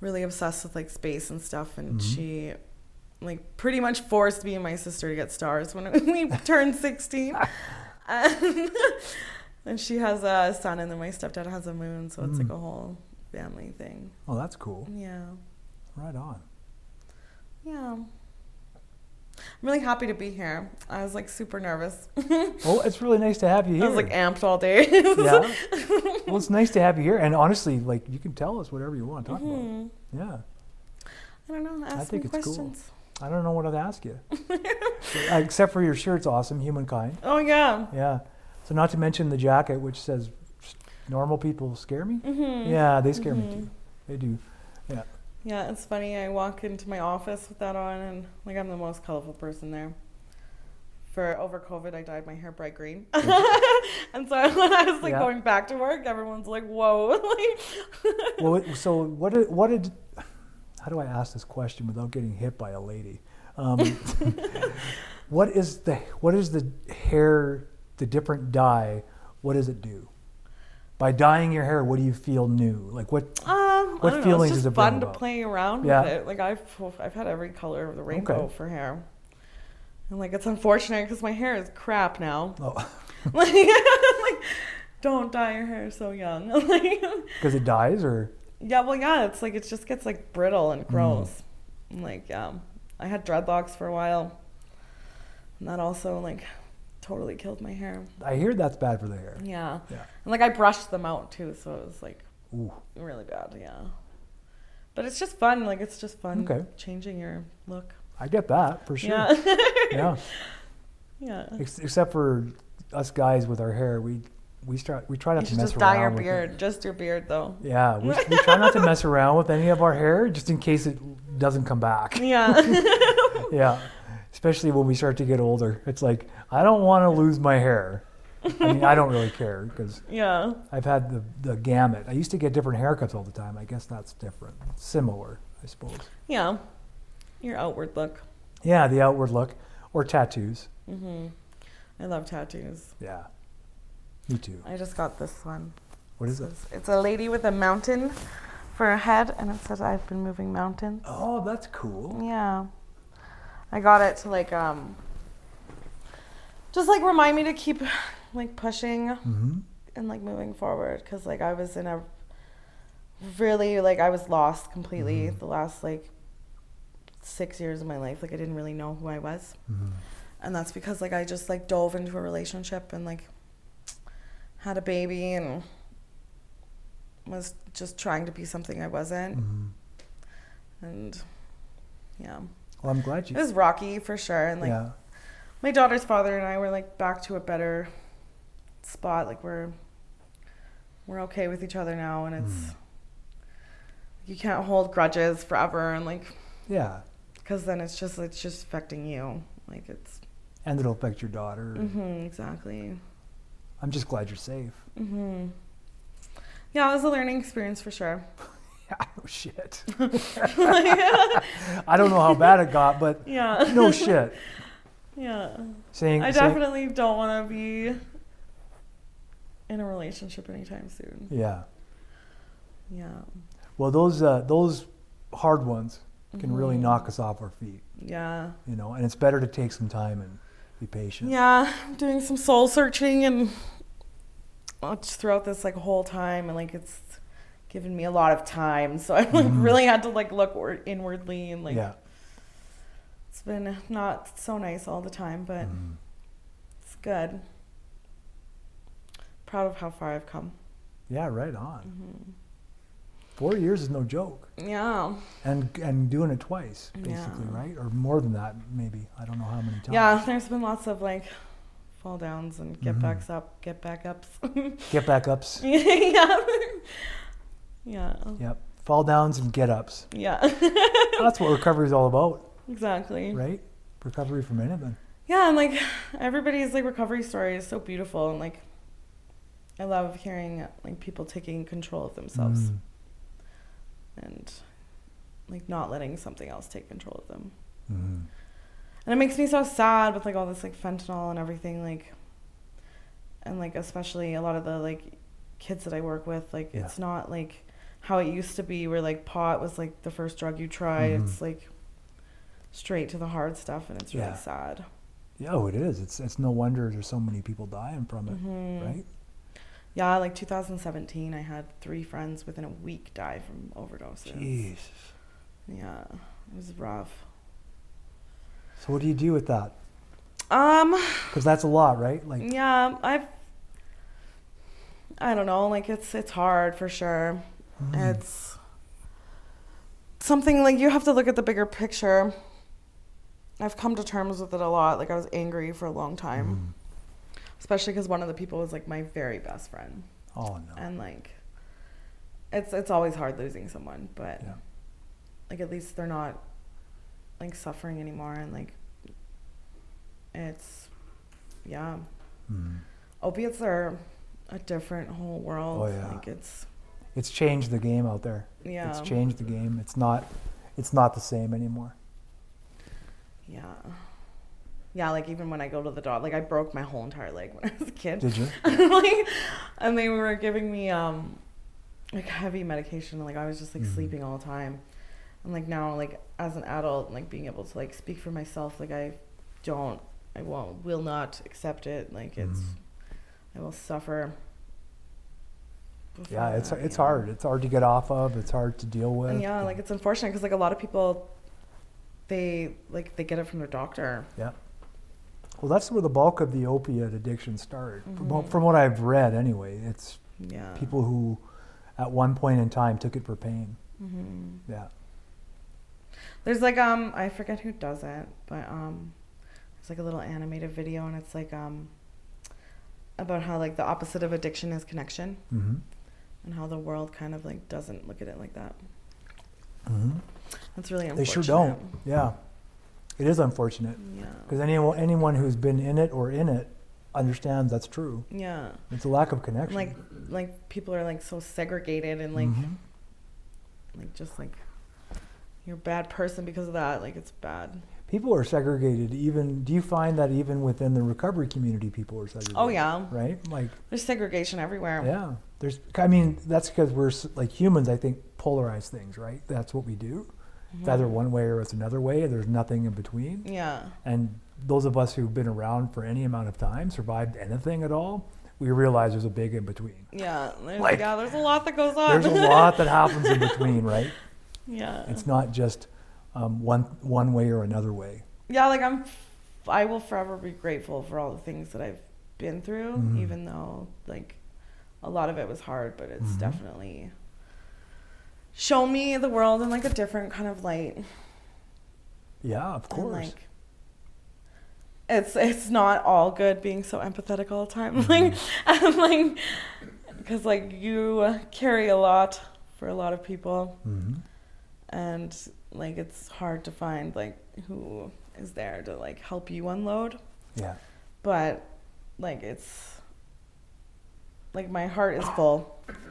Speaker 3: really obsessed with like space and stuff and
Speaker 4: Mm-hmm.
Speaker 3: she like pretty much forced me and my sister to get stars when we turned 16 and, and she has a sun and then my stepdad has a moon so
Speaker 4: Mm.
Speaker 3: it's like a whole family thing
Speaker 4: Oh, that's cool.
Speaker 3: yeah
Speaker 4: Right on.
Speaker 3: yeah i'm really happy to be here i was like super nervous
Speaker 4: Well, it's really nice to have you here.
Speaker 3: i was like amped all day
Speaker 4: Oh, yeah. well, it's nice to have you here. And honestly, like you can tell us whatever you want to talk
Speaker 3: Mm-hmm.
Speaker 4: about. Yeah.
Speaker 3: i don't know ask
Speaker 4: think
Speaker 3: me
Speaker 4: it's cool.
Speaker 3: questions
Speaker 4: I don't know what I'd ask you. Except for your shirt's awesome, humankind.
Speaker 3: oh yeah
Speaker 4: Yeah. So not to mention the jacket, which says normal people scare me.
Speaker 3: Mm-hmm.
Speaker 4: Yeah, they scare me too. They do.
Speaker 3: Yeah, it's funny. I walk into my office with that on, and like I'm the most colorful person there. For over COVID, I dyed my hair bright green, and so when I was like
Speaker 4: Yeah.
Speaker 3: going back to work, everyone's like, "Whoa!" like, Um,
Speaker 4: Well, it- so what did, what did, how do I ask this question without getting hit by a lady? Um, what is the, what is the hair, the different dye, what does it do? By dyeing your hair, what do you feel new? Like what,
Speaker 3: um,
Speaker 4: What
Speaker 3: I don't know.
Speaker 4: feelings
Speaker 3: It's
Speaker 4: does
Speaker 3: just
Speaker 4: it bring
Speaker 3: fun
Speaker 4: about?
Speaker 3: to play around
Speaker 4: Yeah.
Speaker 3: with it. Like I've I've had every color of the rainbow for hair, and like it's unfortunate because my hair is crap now.
Speaker 4: oh,
Speaker 3: like, like, don't dye your hair so young. like,
Speaker 4: because it dyes or,
Speaker 3: Yeah, well, yeah, it's like it just gets like brittle
Speaker 4: Mm-hmm.
Speaker 3: and gross. And, Like, yeah, I had dreadlocks for a while, and that also like totally killed my hair.
Speaker 4: I hear that's bad for the hair.
Speaker 3: Yeah,
Speaker 4: Yeah.
Speaker 3: and like I brushed them out too, so it was like
Speaker 4: Ooh,
Speaker 3: really bad. Yeah, but it's just fun. Like, it's just fun
Speaker 4: Okay.
Speaker 3: changing your look.
Speaker 4: I get that for sure.
Speaker 3: Yeah,
Speaker 4: yeah.
Speaker 3: yeah.
Speaker 4: Ex- except for us guys with our hair, we we start we try not
Speaker 3: You
Speaker 4: to
Speaker 3: should
Speaker 4: mess
Speaker 3: just
Speaker 4: around.
Speaker 3: dye your
Speaker 4: with it.
Speaker 3: beard, just your beard though.
Speaker 4: Yeah, we, we try not to mess around with any of our hair, just in case it doesn't come back.
Speaker 3: Yeah,
Speaker 4: Yeah, especially when we start to get older. It's like I don't want to lose my hair. I mean, I don't really care because
Speaker 3: Yeah.
Speaker 4: I've had the, the gamut. I used to get different haircuts all the time. I guess that's different, similar, I suppose.
Speaker 3: Yeah. Your outward look.
Speaker 4: Yeah, the outward look or tattoos.
Speaker 3: I love tattoos.
Speaker 4: Yeah, me too.
Speaker 3: I just got this one.
Speaker 4: What is it?
Speaker 3: It's a lady with a mountain for a head, and it says, I've been moving mountains.
Speaker 4: Oh, that's cool.
Speaker 3: Yeah. I got it to like, um, just like remind me to keep like pushing
Speaker 4: Mm-hmm.
Speaker 3: and like moving forward. Cause like I was in a really, like, I was lost completely the last like six years of my life. Like, I didn't really know who I was.
Speaker 4: Mm-hmm.
Speaker 3: And that's because like I just like dove into a relationship and like had a baby and was just trying to be something I wasn't.
Speaker 4: Mm. Mm-hmm.
Speaker 3: And yeah.
Speaker 4: Well, I'm glad you.
Speaker 3: It was rocky for sure. And like
Speaker 4: yeah.
Speaker 3: my daughter's father and I were like back to a better spot. Like we're we're okay with each other now and it's you can't hold grudges forever and like
Speaker 4: Yeah.
Speaker 3: cuz then it's just it's just affecting you. Like it's
Speaker 4: And it'll affect your daughter.
Speaker 3: mhm, exactly.
Speaker 4: I'm just glad you're safe.
Speaker 3: Mm-hmm. Yeah, it was a learning experience for sure.
Speaker 4: Yeah, no shit. I don't know how bad it got, but
Speaker 3: Yeah.
Speaker 4: no shit.
Speaker 3: Yeah.
Speaker 4: Saying,
Speaker 3: I
Speaker 4: saying-
Speaker 3: definitely don't want to be in a relationship anytime soon.
Speaker 4: yeah.
Speaker 3: Yeah.
Speaker 4: Well, those uh, those hard ones can really
Speaker 3: Mm-hmm.
Speaker 4: knock us off our feet,
Speaker 3: Yeah.
Speaker 4: you know. And it's better to take some time and be patient.
Speaker 3: Yeah, I'm doing some soul searching and uh, just throughout this like whole time and like it's given me a lot of time. So I like really had to like look or- inwardly and like
Speaker 4: yeah.
Speaker 3: it's been not so nice all the time, but
Speaker 4: Mm. Mm-hmm.
Speaker 3: it's good. Proud of how far I've come.
Speaker 4: Yeah, right on.
Speaker 3: Mm-hmm.
Speaker 4: Four years is no joke,
Speaker 3: Yeah.
Speaker 4: and and doing it twice basically,
Speaker 3: Yeah.
Speaker 4: right? Or more than that, maybe. I don't know how many times.
Speaker 3: Yeah, there's been lots of like fall downs and get backs up, get back ups.
Speaker 4: Get back ups.
Speaker 3: yeah. Yeah.
Speaker 4: Yep. Fall downs and get ups.
Speaker 3: Yeah.
Speaker 4: That's what recovery is all about,
Speaker 3: exactly.
Speaker 4: right? Recovery from anything.
Speaker 3: yeah and like everybody's like recovery story is so beautiful and like i love hearing like people taking control of themselves
Speaker 4: Mm.
Speaker 3: and like not letting something else take control of them
Speaker 4: Mhm.
Speaker 3: and it makes me so sad with like all this like fentanyl and everything like and like especially a lot of the like kids that i work with like
Speaker 4: Yeah.
Speaker 3: it's not like how it used to be where like pot was like the first drug you try
Speaker 4: Mm-hmm.
Speaker 3: it's like straight to the hard stuff and it's really
Speaker 4: Yeah.
Speaker 3: sad
Speaker 4: Yeah, oh, it is. It's it's no wonder there's so many people dying from it,
Speaker 3: Mm-hmm.
Speaker 4: right?
Speaker 3: Yeah, like 2017, I had three friends within a week die from overdoses.
Speaker 4: Jeez.
Speaker 3: Yeah, it was rough.
Speaker 4: So what do you do with that?
Speaker 3: Um,
Speaker 4: Because that's a lot, right? Like,
Speaker 3: yeah, I've, I don't know, like it's it's hard for sure.
Speaker 4: mm-hmm. Mm.
Speaker 3: It's something like you have to look at the bigger picture. I've come to terms with it a lot. Like I was angry for a long time,
Speaker 4: Mm-hmm. Mm.
Speaker 3: especially because one of the people was like my very best friend.
Speaker 4: oh no.
Speaker 3: and like it's it's always hard losing someone but
Speaker 4: Yeah.
Speaker 3: like at least they're not like suffering anymore and like it's yeah
Speaker 4: Mm-hmm.
Speaker 3: opiates are a different whole world
Speaker 4: Oh, yeah.
Speaker 3: like it's
Speaker 4: It's changed the game out there.
Speaker 3: yeah
Speaker 4: It's changed the game. It's not it's not the same anymore.
Speaker 3: yeah yeah like even when i go to the dog like i broke my whole entire leg when i was a kid
Speaker 4: Did you?
Speaker 3: like, and they were giving me um like heavy medication. Like I was just like
Speaker 4: Mm-hmm.
Speaker 3: sleeping all the time, and like now like as an adult, like being able to like speak for myself, like I don't, I won't, will not accept it. Like it's,
Speaker 4: Mm-hmm.
Speaker 3: I will suffer.
Speaker 4: Yeah, it's
Speaker 3: before that,
Speaker 4: it's
Speaker 3: yeah.
Speaker 4: hard. It's hard to get off of. It's hard to deal with.
Speaker 3: And yeah, like it's unfortunate because like a lot of people, they like they get it from their doctor.
Speaker 4: Yeah. Well, that's where the bulk of the opiate addiction started. From,
Speaker 3: Mm-hmm.
Speaker 4: what- from what I've read, anyway, it's
Speaker 3: Yeah.
Speaker 4: people who, at one point in time, took it for pain. Yeah.
Speaker 3: Mm-hmm. There's like um I forget who does it, but um it's like a little animated video and it's like um about how like the opposite of addiction is connection
Speaker 4: hmm
Speaker 3: and how the world kind of like doesn't look at it like that. That's really
Speaker 4: Mm-hmm. They
Speaker 3: unfortunate.
Speaker 4: sure don't. Yeah. It is unfortunate
Speaker 3: Yeah.
Speaker 4: because anyone anyone who's been in it or in it understands that's true.
Speaker 3: Yeah.
Speaker 4: It's a lack of
Speaker 3: And,
Speaker 4: connection.
Speaker 3: Like like people are like so segregated and like
Speaker 4: Mhm. Mm-hmm.
Speaker 3: like just like you're a bad person because of that. Like it's bad.
Speaker 4: people are segregated. Even do you find that even within the recovery community, people are segregated?
Speaker 3: Oh yeah.
Speaker 4: Right? Like
Speaker 3: There's segregation everywhere.
Speaker 4: yeah. There's I mean that's because we're s- like humans. I think polarize things. Right? That's what we do. It's either one way or it's another way. There's nothing in between.
Speaker 3: Yeah.
Speaker 4: And those of us who've been around for any amount of time, survived anything at all, we realize there's a big in between.
Speaker 3: Yeah. There's,
Speaker 4: Like-
Speaker 3: yeah, there's a lot that goes on.
Speaker 4: There's a lot that happens in between, right?
Speaker 3: yeah.
Speaker 4: It's not just um, one one way or another way.
Speaker 3: yeah, like I'm, I will forever be grateful for all the things that I've been through,
Speaker 4: Mhm.
Speaker 3: even though like a lot of it was hard, but it's
Speaker 4: Mhm.
Speaker 3: definitely shown me the world in like a different kind of light. and,
Speaker 4: Yeah, of course.
Speaker 3: like, it's it's not all good being so empathetic all the time. Like
Speaker 4: Mm-hmm.
Speaker 3: I'm like, because like you carry a lot for a lot of people
Speaker 4: hmm
Speaker 3: and like it's hard to find like who is there to like help you unload
Speaker 4: Yeah.
Speaker 3: but like it's like my heart is full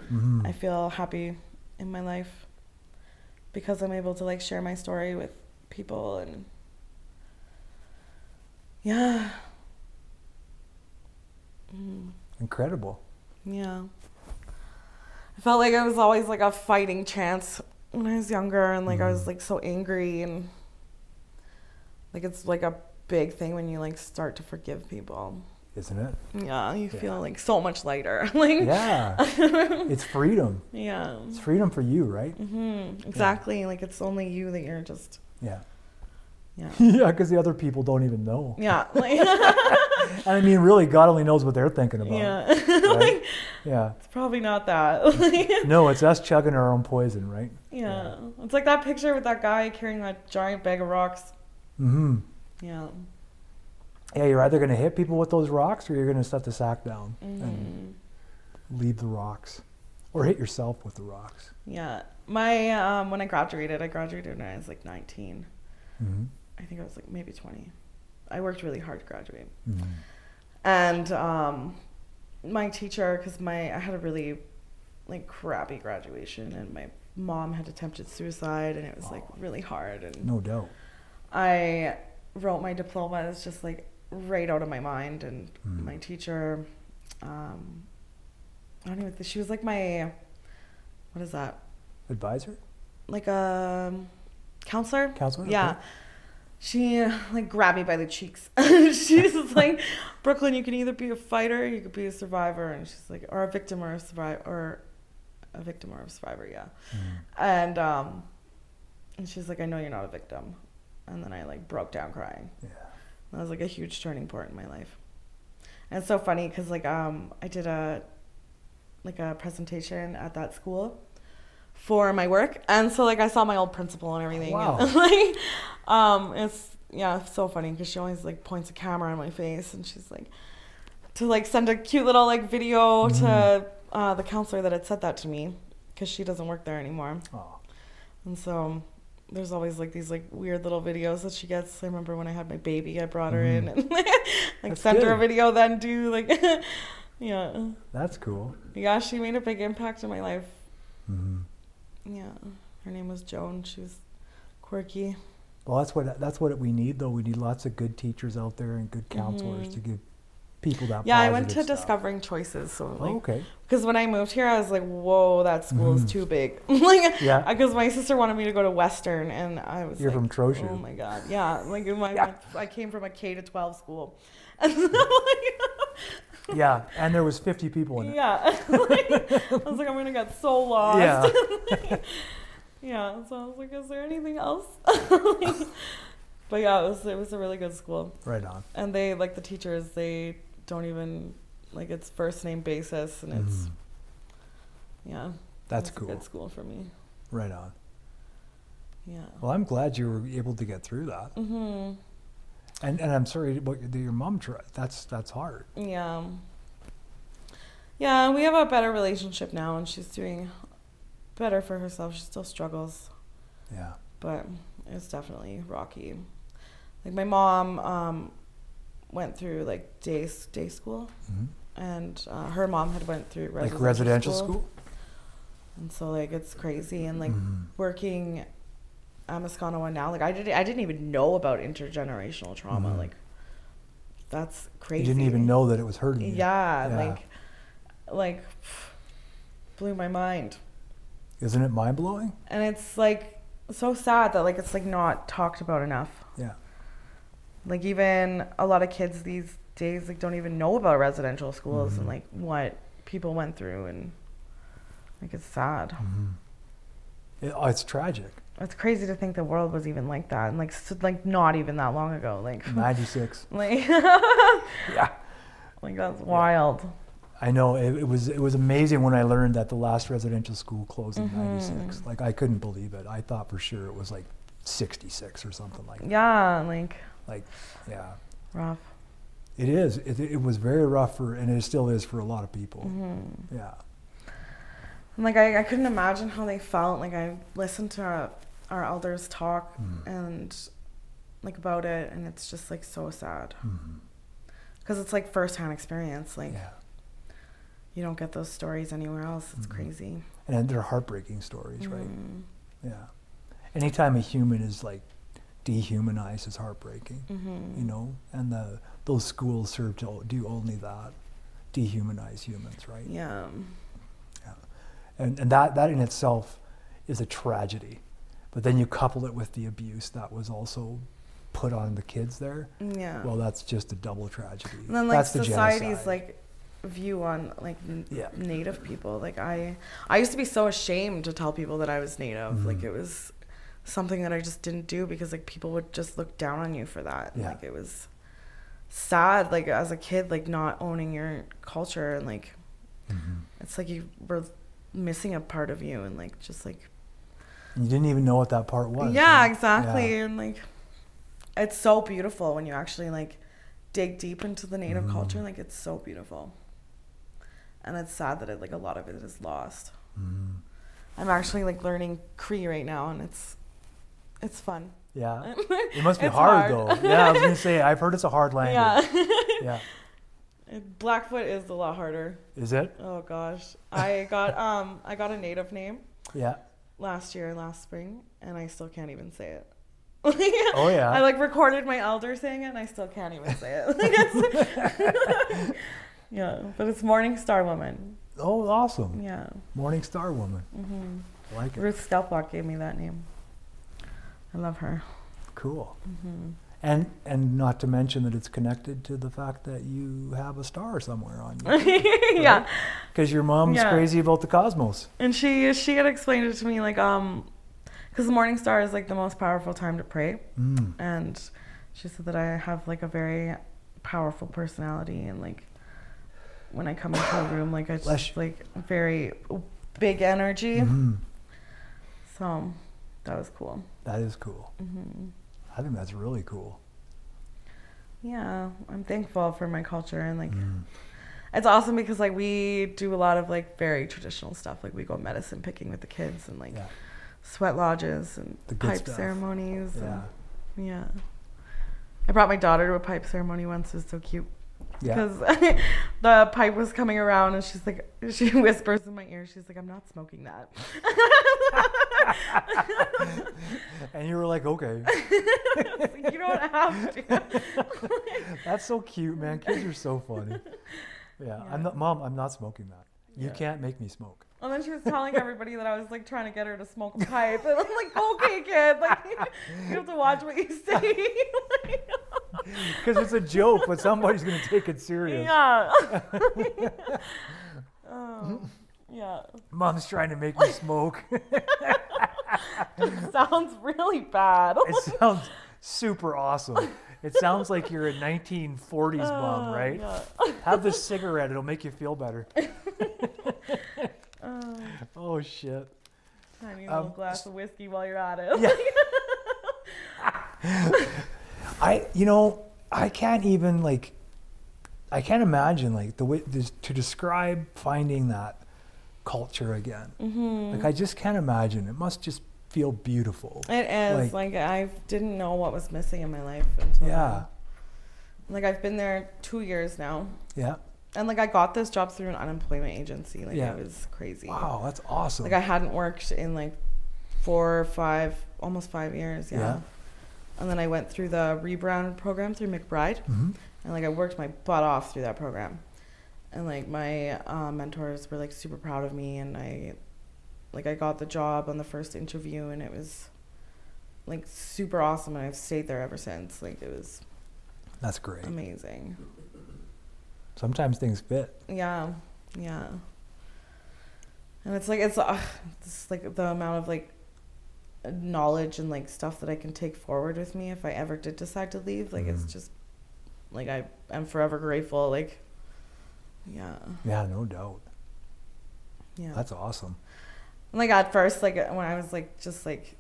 Speaker 4: hmm
Speaker 3: i feel happy in my life because i'm able to like share my story with people and yeah Mm,
Speaker 4: Incredible.
Speaker 3: yeah i felt like i was always like a fighting chance when i was younger and like i was
Speaker 4: Mhm.
Speaker 3: like so angry and like it's like a big thing when you like start to forgive people
Speaker 4: isn't it?
Speaker 3: Yeah, you
Speaker 4: Yeah.
Speaker 3: feel like so much lighter. like
Speaker 4: Yeah. it's freedom.
Speaker 3: yeah.
Speaker 4: It's freedom for you, right?
Speaker 3: hmm Exactly. Like it's only you that you're just
Speaker 4: Yeah.
Speaker 3: Mm-hmm. yeah.
Speaker 4: Yeah, because the other people don't even know.
Speaker 3: Yeah. Like,
Speaker 4: And I mean, really, God only knows what they're thinking about.
Speaker 3: yeah.
Speaker 4: Right?
Speaker 3: like
Speaker 4: yeah.
Speaker 3: it's probably not that. Like,
Speaker 4: No, it's us chugging our own poison, right?
Speaker 3: yeah. It's like that picture with that guy carrying that giant bag of rocks.
Speaker 4: hmm
Speaker 3: Yeah.
Speaker 4: Yeah, you're either going to hit people with those rocks or you're going to set the sack down and
Speaker 3: hmm
Speaker 4: leave the rocks or hit yourself with the rocks.
Speaker 3: Yeah. My um when I graduated, I graduated when I was like 19.
Speaker 4: hmm
Speaker 3: I think I was like maybe 20. I worked really hard to graduate.
Speaker 4: hmm
Speaker 3: and um, my teacher because my i had a really like crappy graduation and my mom had attempted suicide and it was like really hard and
Speaker 4: No doubt.
Speaker 3: i wrote my diploma it was just like right out of my mind and
Speaker 4: Mm.
Speaker 3: my teacher um, i don't even think she was like my what is that
Speaker 4: Advisor?
Speaker 3: like a counselor
Speaker 4: Counselor? Oh, Okay.
Speaker 3: yeah. She like grabbed me by the cheeks. she's just like, Brooklyn, you can either be a fighter, you could be a survivor, and she's like, or a victim or a survivor, or a victim or a survivor, yeah.
Speaker 4: Mhm.
Speaker 3: And um, and she's like, I know you're not a victim. And then I like broke down crying.
Speaker 4: Yeah.
Speaker 3: That was like a huge turning point in my life. And it's so funny because like um I did a like a presentation at that school for my work, and so like I saw my old principal and everything.
Speaker 4: Wow.
Speaker 3: And, like um it's yeah it's so funny because she always like points a camera on my face and she's like to like send a cute little like video to
Speaker 4: Mm-hmm.
Speaker 3: uh, the counselor that had said that to me because she doesn't work there anymore.
Speaker 4: Oh,
Speaker 3: And so there's always like these like weird little videos that she gets. I remember when I had my baby, I brought her in and like
Speaker 4: Mm-hmm. That's
Speaker 3: sent her a
Speaker 4: good.
Speaker 3: video then do like yeah.
Speaker 4: that's cool.
Speaker 3: Yeah, she made a big impact in my life.
Speaker 4: hmm
Speaker 3: Yeah. Her name was Joan. She was quirky.
Speaker 4: Well, that's what that's what we need though. We need lots of good teachers out there and good counselors to give people that.
Speaker 3: Mm-hmm. Yeah, I went to
Speaker 4: positive stuff.
Speaker 3: Discovering Choices. So
Speaker 4: Oh,
Speaker 3: like
Speaker 4: okay. Mm-hmm.
Speaker 3: Because when I moved here, I was like, "Whoa, that school is too big." like,
Speaker 4: Yeah.
Speaker 3: Because my sister wanted me to go to Western, and I was
Speaker 4: You're
Speaker 3: like,
Speaker 4: from Trochu.
Speaker 3: Oh my god, yeah. Like my,
Speaker 4: Yeah.
Speaker 3: I came from a K to twelve school, and so, like,
Speaker 4: Yeah, and there was 50 people in it.
Speaker 3: yeah. like, I was like, I'm gonna get so lost.
Speaker 4: Yeah.
Speaker 3: Yeah, So I was like, "Is there anything else?" Like, but yeah, it was it was a really good school,
Speaker 4: Right on.
Speaker 3: and they like the teachers. They don't even like it's first name basis, and it's
Speaker 4: Mhm.
Speaker 3: yeah.
Speaker 4: Mm-hmm. That's
Speaker 3: It was
Speaker 4: cool.
Speaker 3: A good school for me.
Speaker 4: Right on.
Speaker 3: Yeah.
Speaker 4: Well, I'm glad you were able to get through that.
Speaker 3: hmm
Speaker 4: And and I'm sorry what your- that your mom tried. That's that's hard.
Speaker 3: Yeah. Yeah, we have a better relationship now, and she's doing better for herself. She still struggles,
Speaker 4: Yeah.
Speaker 3: but it's definitely rocky. like my mom um, went through like day s- day school,
Speaker 4: Mhm.
Speaker 3: and uh, her mom had went through
Speaker 4: like residential school. Mm-hmm.
Speaker 3: and so like it's crazy and like working at Moscona now, like I did I didn't even know about intergenerational trauma,
Speaker 4: Mhm.
Speaker 3: like that's
Speaker 4: You
Speaker 3: crazy.
Speaker 4: didn't even know that it was hurting you.
Speaker 3: Yeah,
Speaker 4: Yeah.
Speaker 3: like like blew my mind.
Speaker 4: Isn't it mind blowing?
Speaker 3: And it's like so sad that like it's like not talked about enough.
Speaker 4: Yeah.
Speaker 3: Like even a lot of kids these days like don't even know about residential schools and like what people went through and like it's sad.
Speaker 4: It- oh, it's tragic.
Speaker 3: It's crazy to think the world was even like that and like s like not even that long ago. Like
Speaker 4: 96.
Speaker 3: like
Speaker 4: yeah.
Speaker 3: like that's wild.
Speaker 4: I know it, it was it was amazing when I learned that the last residential school closed
Speaker 3: Mm-hmm.
Speaker 4: in 96. Like I couldn't believe it. I thought for sure it was like 66 or something like that.
Speaker 3: Yeah, like
Speaker 4: Like yeah.
Speaker 3: rough.
Speaker 4: It is. It, it was very rough for and it still is for a lot of people.
Speaker 3: Mm-hmm.
Speaker 4: Yeah.
Speaker 3: And like I, I couldn't imagine how they felt. Like I listened to our, our elders talk and like about it, and it's just like so sad because it's like firsthand experience. Like
Speaker 4: Mm-hmm. Yeah.
Speaker 3: you don't get those stories anywhere else. It's crazy.
Speaker 4: And they're heartbreaking stories, right?
Speaker 3: Mm.
Speaker 4: Yeah. Anytime a human is like dehumanized is heartbreaking,
Speaker 3: Mm-hmm. Mm.
Speaker 4: you know? And the those schools serve to do only that. Dehumanize humans, right?
Speaker 3: Yeah,
Speaker 4: and, and that that in itself is a tragedy but then you couple it with the abuse that was also put on the kids there
Speaker 3: yeah.
Speaker 4: well that's just a double tragedy
Speaker 3: and then like
Speaker 4: that's the
Speaker 3: society's
Speaker 4: genocide.
Speaker 3: like view on like n-
Speaker 4: Yeah.
Speaker 3: native people. Like I, I used to be so ashamed to tell people that I was native.
Speaker 4: Mm-hmm.
Speaker 3: Like it was something that I just didn't do because like people would just look down on you for that. And,
Speaker 4: Yeah.
Speaker 3: Like it was sad. Like as a kid, like not owning your culture and like
Speaker 4: Mm-hmm.
Speaker 3: it's like you were missing a part of you and like just like
Speaker 4: you didn't even know what that part was
Speaker 3: yeah,
Speaker 4: right?
Speaker 3: exactly.
Speaker 4: Yeah.
Speaker 3: And like, it's so beautiful when you actually like dig deep into the native culture. Like, it's so beautiful. And it's sad that it like a lot of it is lost.
Speaker 4: Mm-hmm.
Speaker 3: I'm actually like learning Cree right now, and it's it's fun.
Speaker 4: yeah it must be
Speaker 3: It's hard.
Speaker 4: hard, though yeah i was gonna say i've heard it's a hard language yeah,
Speaker 3: Blackfoot is a lot harder.
Speaker 4: is it
Speaker 3: Oh gosh, I got um I got a native name
Speaker 4: yeah
Speaker 3: last year, last spring, and I still can't even say it.
Speaker 4: oh yeah
Speaker 3: I like recorded my elder saying it, and I still can't even say it. Like, it's- yeah, but it's Morning Star Woman.
Speaker 4: oh awesome
Speaker 3: Yeah, Mm-hmm.
Speaker 4: morning star woman I like it
Speaker 3: Ruth Stelpach gave me that name. I love her.
Speaker 4: cool
Speaker 3: Mm-hmm.
Speaker 4: and and not to mention that it's connected to the fact that you have a star somewhere on you
Speaker 3: yeah,
Speaker 4: Because your mom's
Speaker 3: Yeah.
Speaker 4: crazy about the cosmos.
Speaker 3: and she she had explained it to me like um, because the morning star is like the most powerful time to pray,
Speaker 4: Mm.
Speaker 3: and she said that I have like a very powerful personality and like when I come into a room like I
Speaker 4: Bless
Speaker 3: just
Speaker 4: you.
Speaker 3: like very big energy.
Speaker 4: Mm.
Speaker 3: So that was cool.
Speaker 4: That is cool.
Speaker 3: Mm-hmm.
Speaker 4: I think that's really cool.
Speaker 3: Yeah, I'm thankful for my culture and like
Speaker 4: Mm-hmm. Mm.
Speaker 3: it's awesome because like we do a lot of like very traditional stuff. Like we go medicine picking with the kids and like
Speaker 4: Yeah.
Speaker 3: sweat lodges and
Speaker 4: The good
Speaker 3: pipe
Speaker 4: stuff.
Speaker 3: ceremonies.
Speaker 4: Yeah.
Speaker 3: And, yeah. I brought my daughter to a pipe ceremony once. It was so cute
Speaker 4: Yeah.
Speaker 3: because the pipe was coming around and she's like, she whispers in my ear, she's like, I'm not smoking that.
Speaker 4: And you were like, okay,
Speaker 3: It's like, you don't have to.
Speaker 4: that's so cute, man. Kids are so funny. Yeah. I'm not, mom, I'm not smoking that. You can't make me smoke.
Speaker 3: And then she was telling everybody that I was like trying to get her to smoke a pipe. And I'm like, okay, kid, like you have to watch what you say. Like,
Speaker 4: Because it's a joke, but somebody's going to take it serious.
Speaker 3: yeah. Um, yeah.
Speaker 4: Mom's trying to make me smoke.
Speaker 3: Sounds really bad.
Speaker 4: it sounds super awesome. It sounds like you're a 1940s mom, right?
Speaker 3: Oh, Yeah.
Speaker 4: Have this cigarette, it'll make you feel better. oh, shit.
Speaker 3: Tiny little glass of whiskey while you're at it.
Speaker 4: Um, Yeah. I you know I can't even like I can't imagine like the way this, to describe
Speaker 3: Mm-hmm.
Speaker 4: finding that culture again. Like I just can't imagine. It must just feel beautiful.
Speaker 3: It is like, I didn't know what was missing in my life until
Speaker 4: Yeah.
Speaker 3: Like I've been there two years now,
Speaker 4: Yeah.
Speaker 3: and like I got this job through an unemployment agency. Like
Speaker 4: Yeah.
Speaker 3: it was crazy.
Speaker 4: Wow, that's awesome.
Speaker 3: Like I hadn't worked in like four or five, almost five years. Yeah.
Speaker 4: Yeah.
Speaker 3: And then I went through the rebrand program through McBride,
Speaker 4: Mhm.
Speaker 3: and like I worked my butt off through that program, and like my uh, mentors were like super proud of me, and I, like I got the job on the first interview, and it was, like super awesome, and I've stayed there ever since. Like it was
Speaker 4: That's great.
Speaker 3: amazing.
Speaker 4: Sometimes things fit.
Speaker 3: Yeah, yeah. And it's like it's uh, it's like the amount of like knowledge and like stuff that I can take forward with me if I ever did decide to leave. Like it's just like I am forever grateful. Like yeah,
Speaker 4: Yeah, no doubt.
Speaker 3: yeah.
Speaker 4: That's awesome.
Speaker 3: And, like at first, like uh, when I was like just like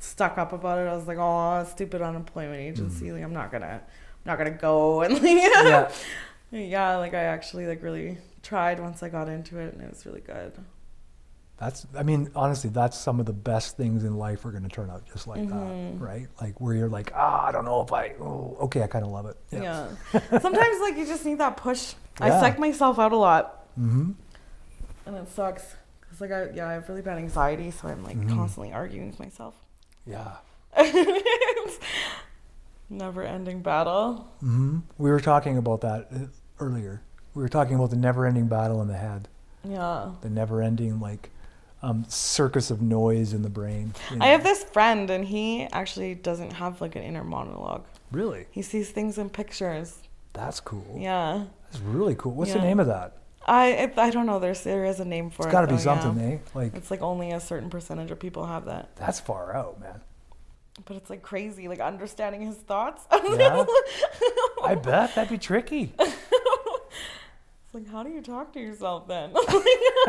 Speaker 3: stuck up about it, I was like, oh, stupid unemployment agency. Like I'm not gonna, I'm not gonna go. And like
Speaker 4: Mm. Yeah.
Speaker 3: yeah, like I actually like really tried once I got into it, and it was really good.
Speaker 4: That's I mean, honestly, that's some of the best things in life are gonna turn out just like
Speaker 3: Mm-hmm.
Speaker 4: that. Right? Like where you're like, ah, I don't know if I oh okay, I kinda love it. Yeah.
Speaker 3: Yeah. Sometimes like you just need that push.
Speaker 4: Yeah.
Speaker 3: I psych myself out a lot,
Speaker 4: Mm-hmm.
Speaker 3: and it sucks. Cause like I yeah I have really bad anxiety, so I'm like
Speaker 4: Mm-hmm.
Speaker 3: constantly arguing with myself.
Speaker 4: Yeah.
Speaker 3: it's never ending battle.
Speaker 4: hmm We were talking about that uh, earlier. We were talking about the never-ending battle in the head,
Speaker 3: Yeah.
Speaker 4: the never-ending like um, circus of noise in the brain. you
Speaker 3: I have
Speaker 4: know?
Speaker 3: this friend, and he actually doesn't have like an inner monologue.
Speaker 4: really.
Speaker 3: He sees things in pictures.
Speaker 4: That's cool.
Speaker 3: Yeah.
Speaker 4: That's really cool. What's the
Speaker 3: Yeah.
Speaker 4: name of that?
Speaker 3: I it, I don't know. There's there is a name for
Speaker 4: It's
Speaker 3: it.
Speaker 4: got to be
Speaker 3: though, Oh, yeah.
Speaker 4: something, eh? Like
Speaker 3: It's like only a certain percentage of people have that.
Speaker 4: that's far out, man.
Speaker 3: But it's like crazy, like understanding his thoughts.
Speaker 4: Yeah. I bet that'd be tricky.
Speaker 3: It's like, how do you talk to yourself then?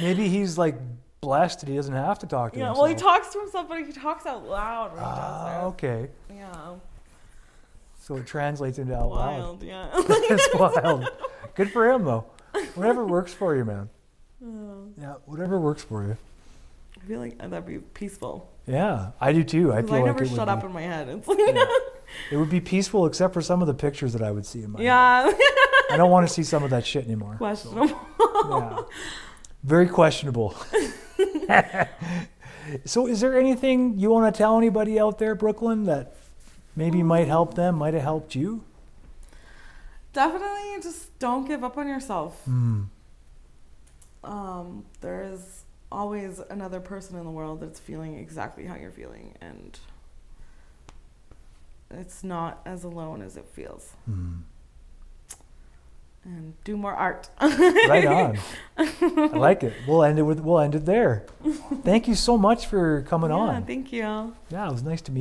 Speaker 4: Maybe he's like blessed that he doesn't have to talk to
Speaker 3: yeah,
Speaker 4: himself.
Speaker 3: well, he talks to himself, but he talks out loud when he
Speaker 4: Ah,
Speaker 3: does
Speaker 4: okay.
Speaker 3: it. Yeah.
Speaker 4: So it translates into out loud.
Speaker 3: Wild, yeah.
Speaker 4: That's wild. Good for him though. Whatever works for you, man. Yeah, whatever works for you.
Speaker 3: I feel like that'd be peaceful.
Speaker 4: Yeah, I do too. I
Speaker 3: 'Cause
Speaker 4: feel
Speaker 3: I
Speaker 4: like
Speaker 3: never
Speaker 4: it would
Speaker 3: shut
Speaker 4: be,
Speaker 3: up in my head. It's like,
Speaker 4: yeah. it would be peaceful except for some of the pictures that I would see in my. head.
Speaker 3: yeah,
Speaker 4: I don't want to see some of that shit anymore.
Speaker 3: questionable.
Speaker 4: yeah. Very questionable. so, is there anything you want to tell anybody out there, Brooklyn, that maybe
Speaker 3: Hmm.
Speaker 4: might help them, might have helped you?
Speaker 3: Definitely just don't give up on yourself.
Speaker 4: Hmm.
Speaker 3: Um, there is always another person in the world that's feeling exactly how you're feeling, and it's not as alone as it feels.
Speaker 4: Hmm.
Speaker 3: And do more art.
Speaker 4: Right on. I like it. We'll end it with. We'll end it there. Thank you so much for coming
Speaker 3: yeah,
Speaker 4: on.
Speaker 3: thank you.
Speaker 4: yeah, it was nice to meet.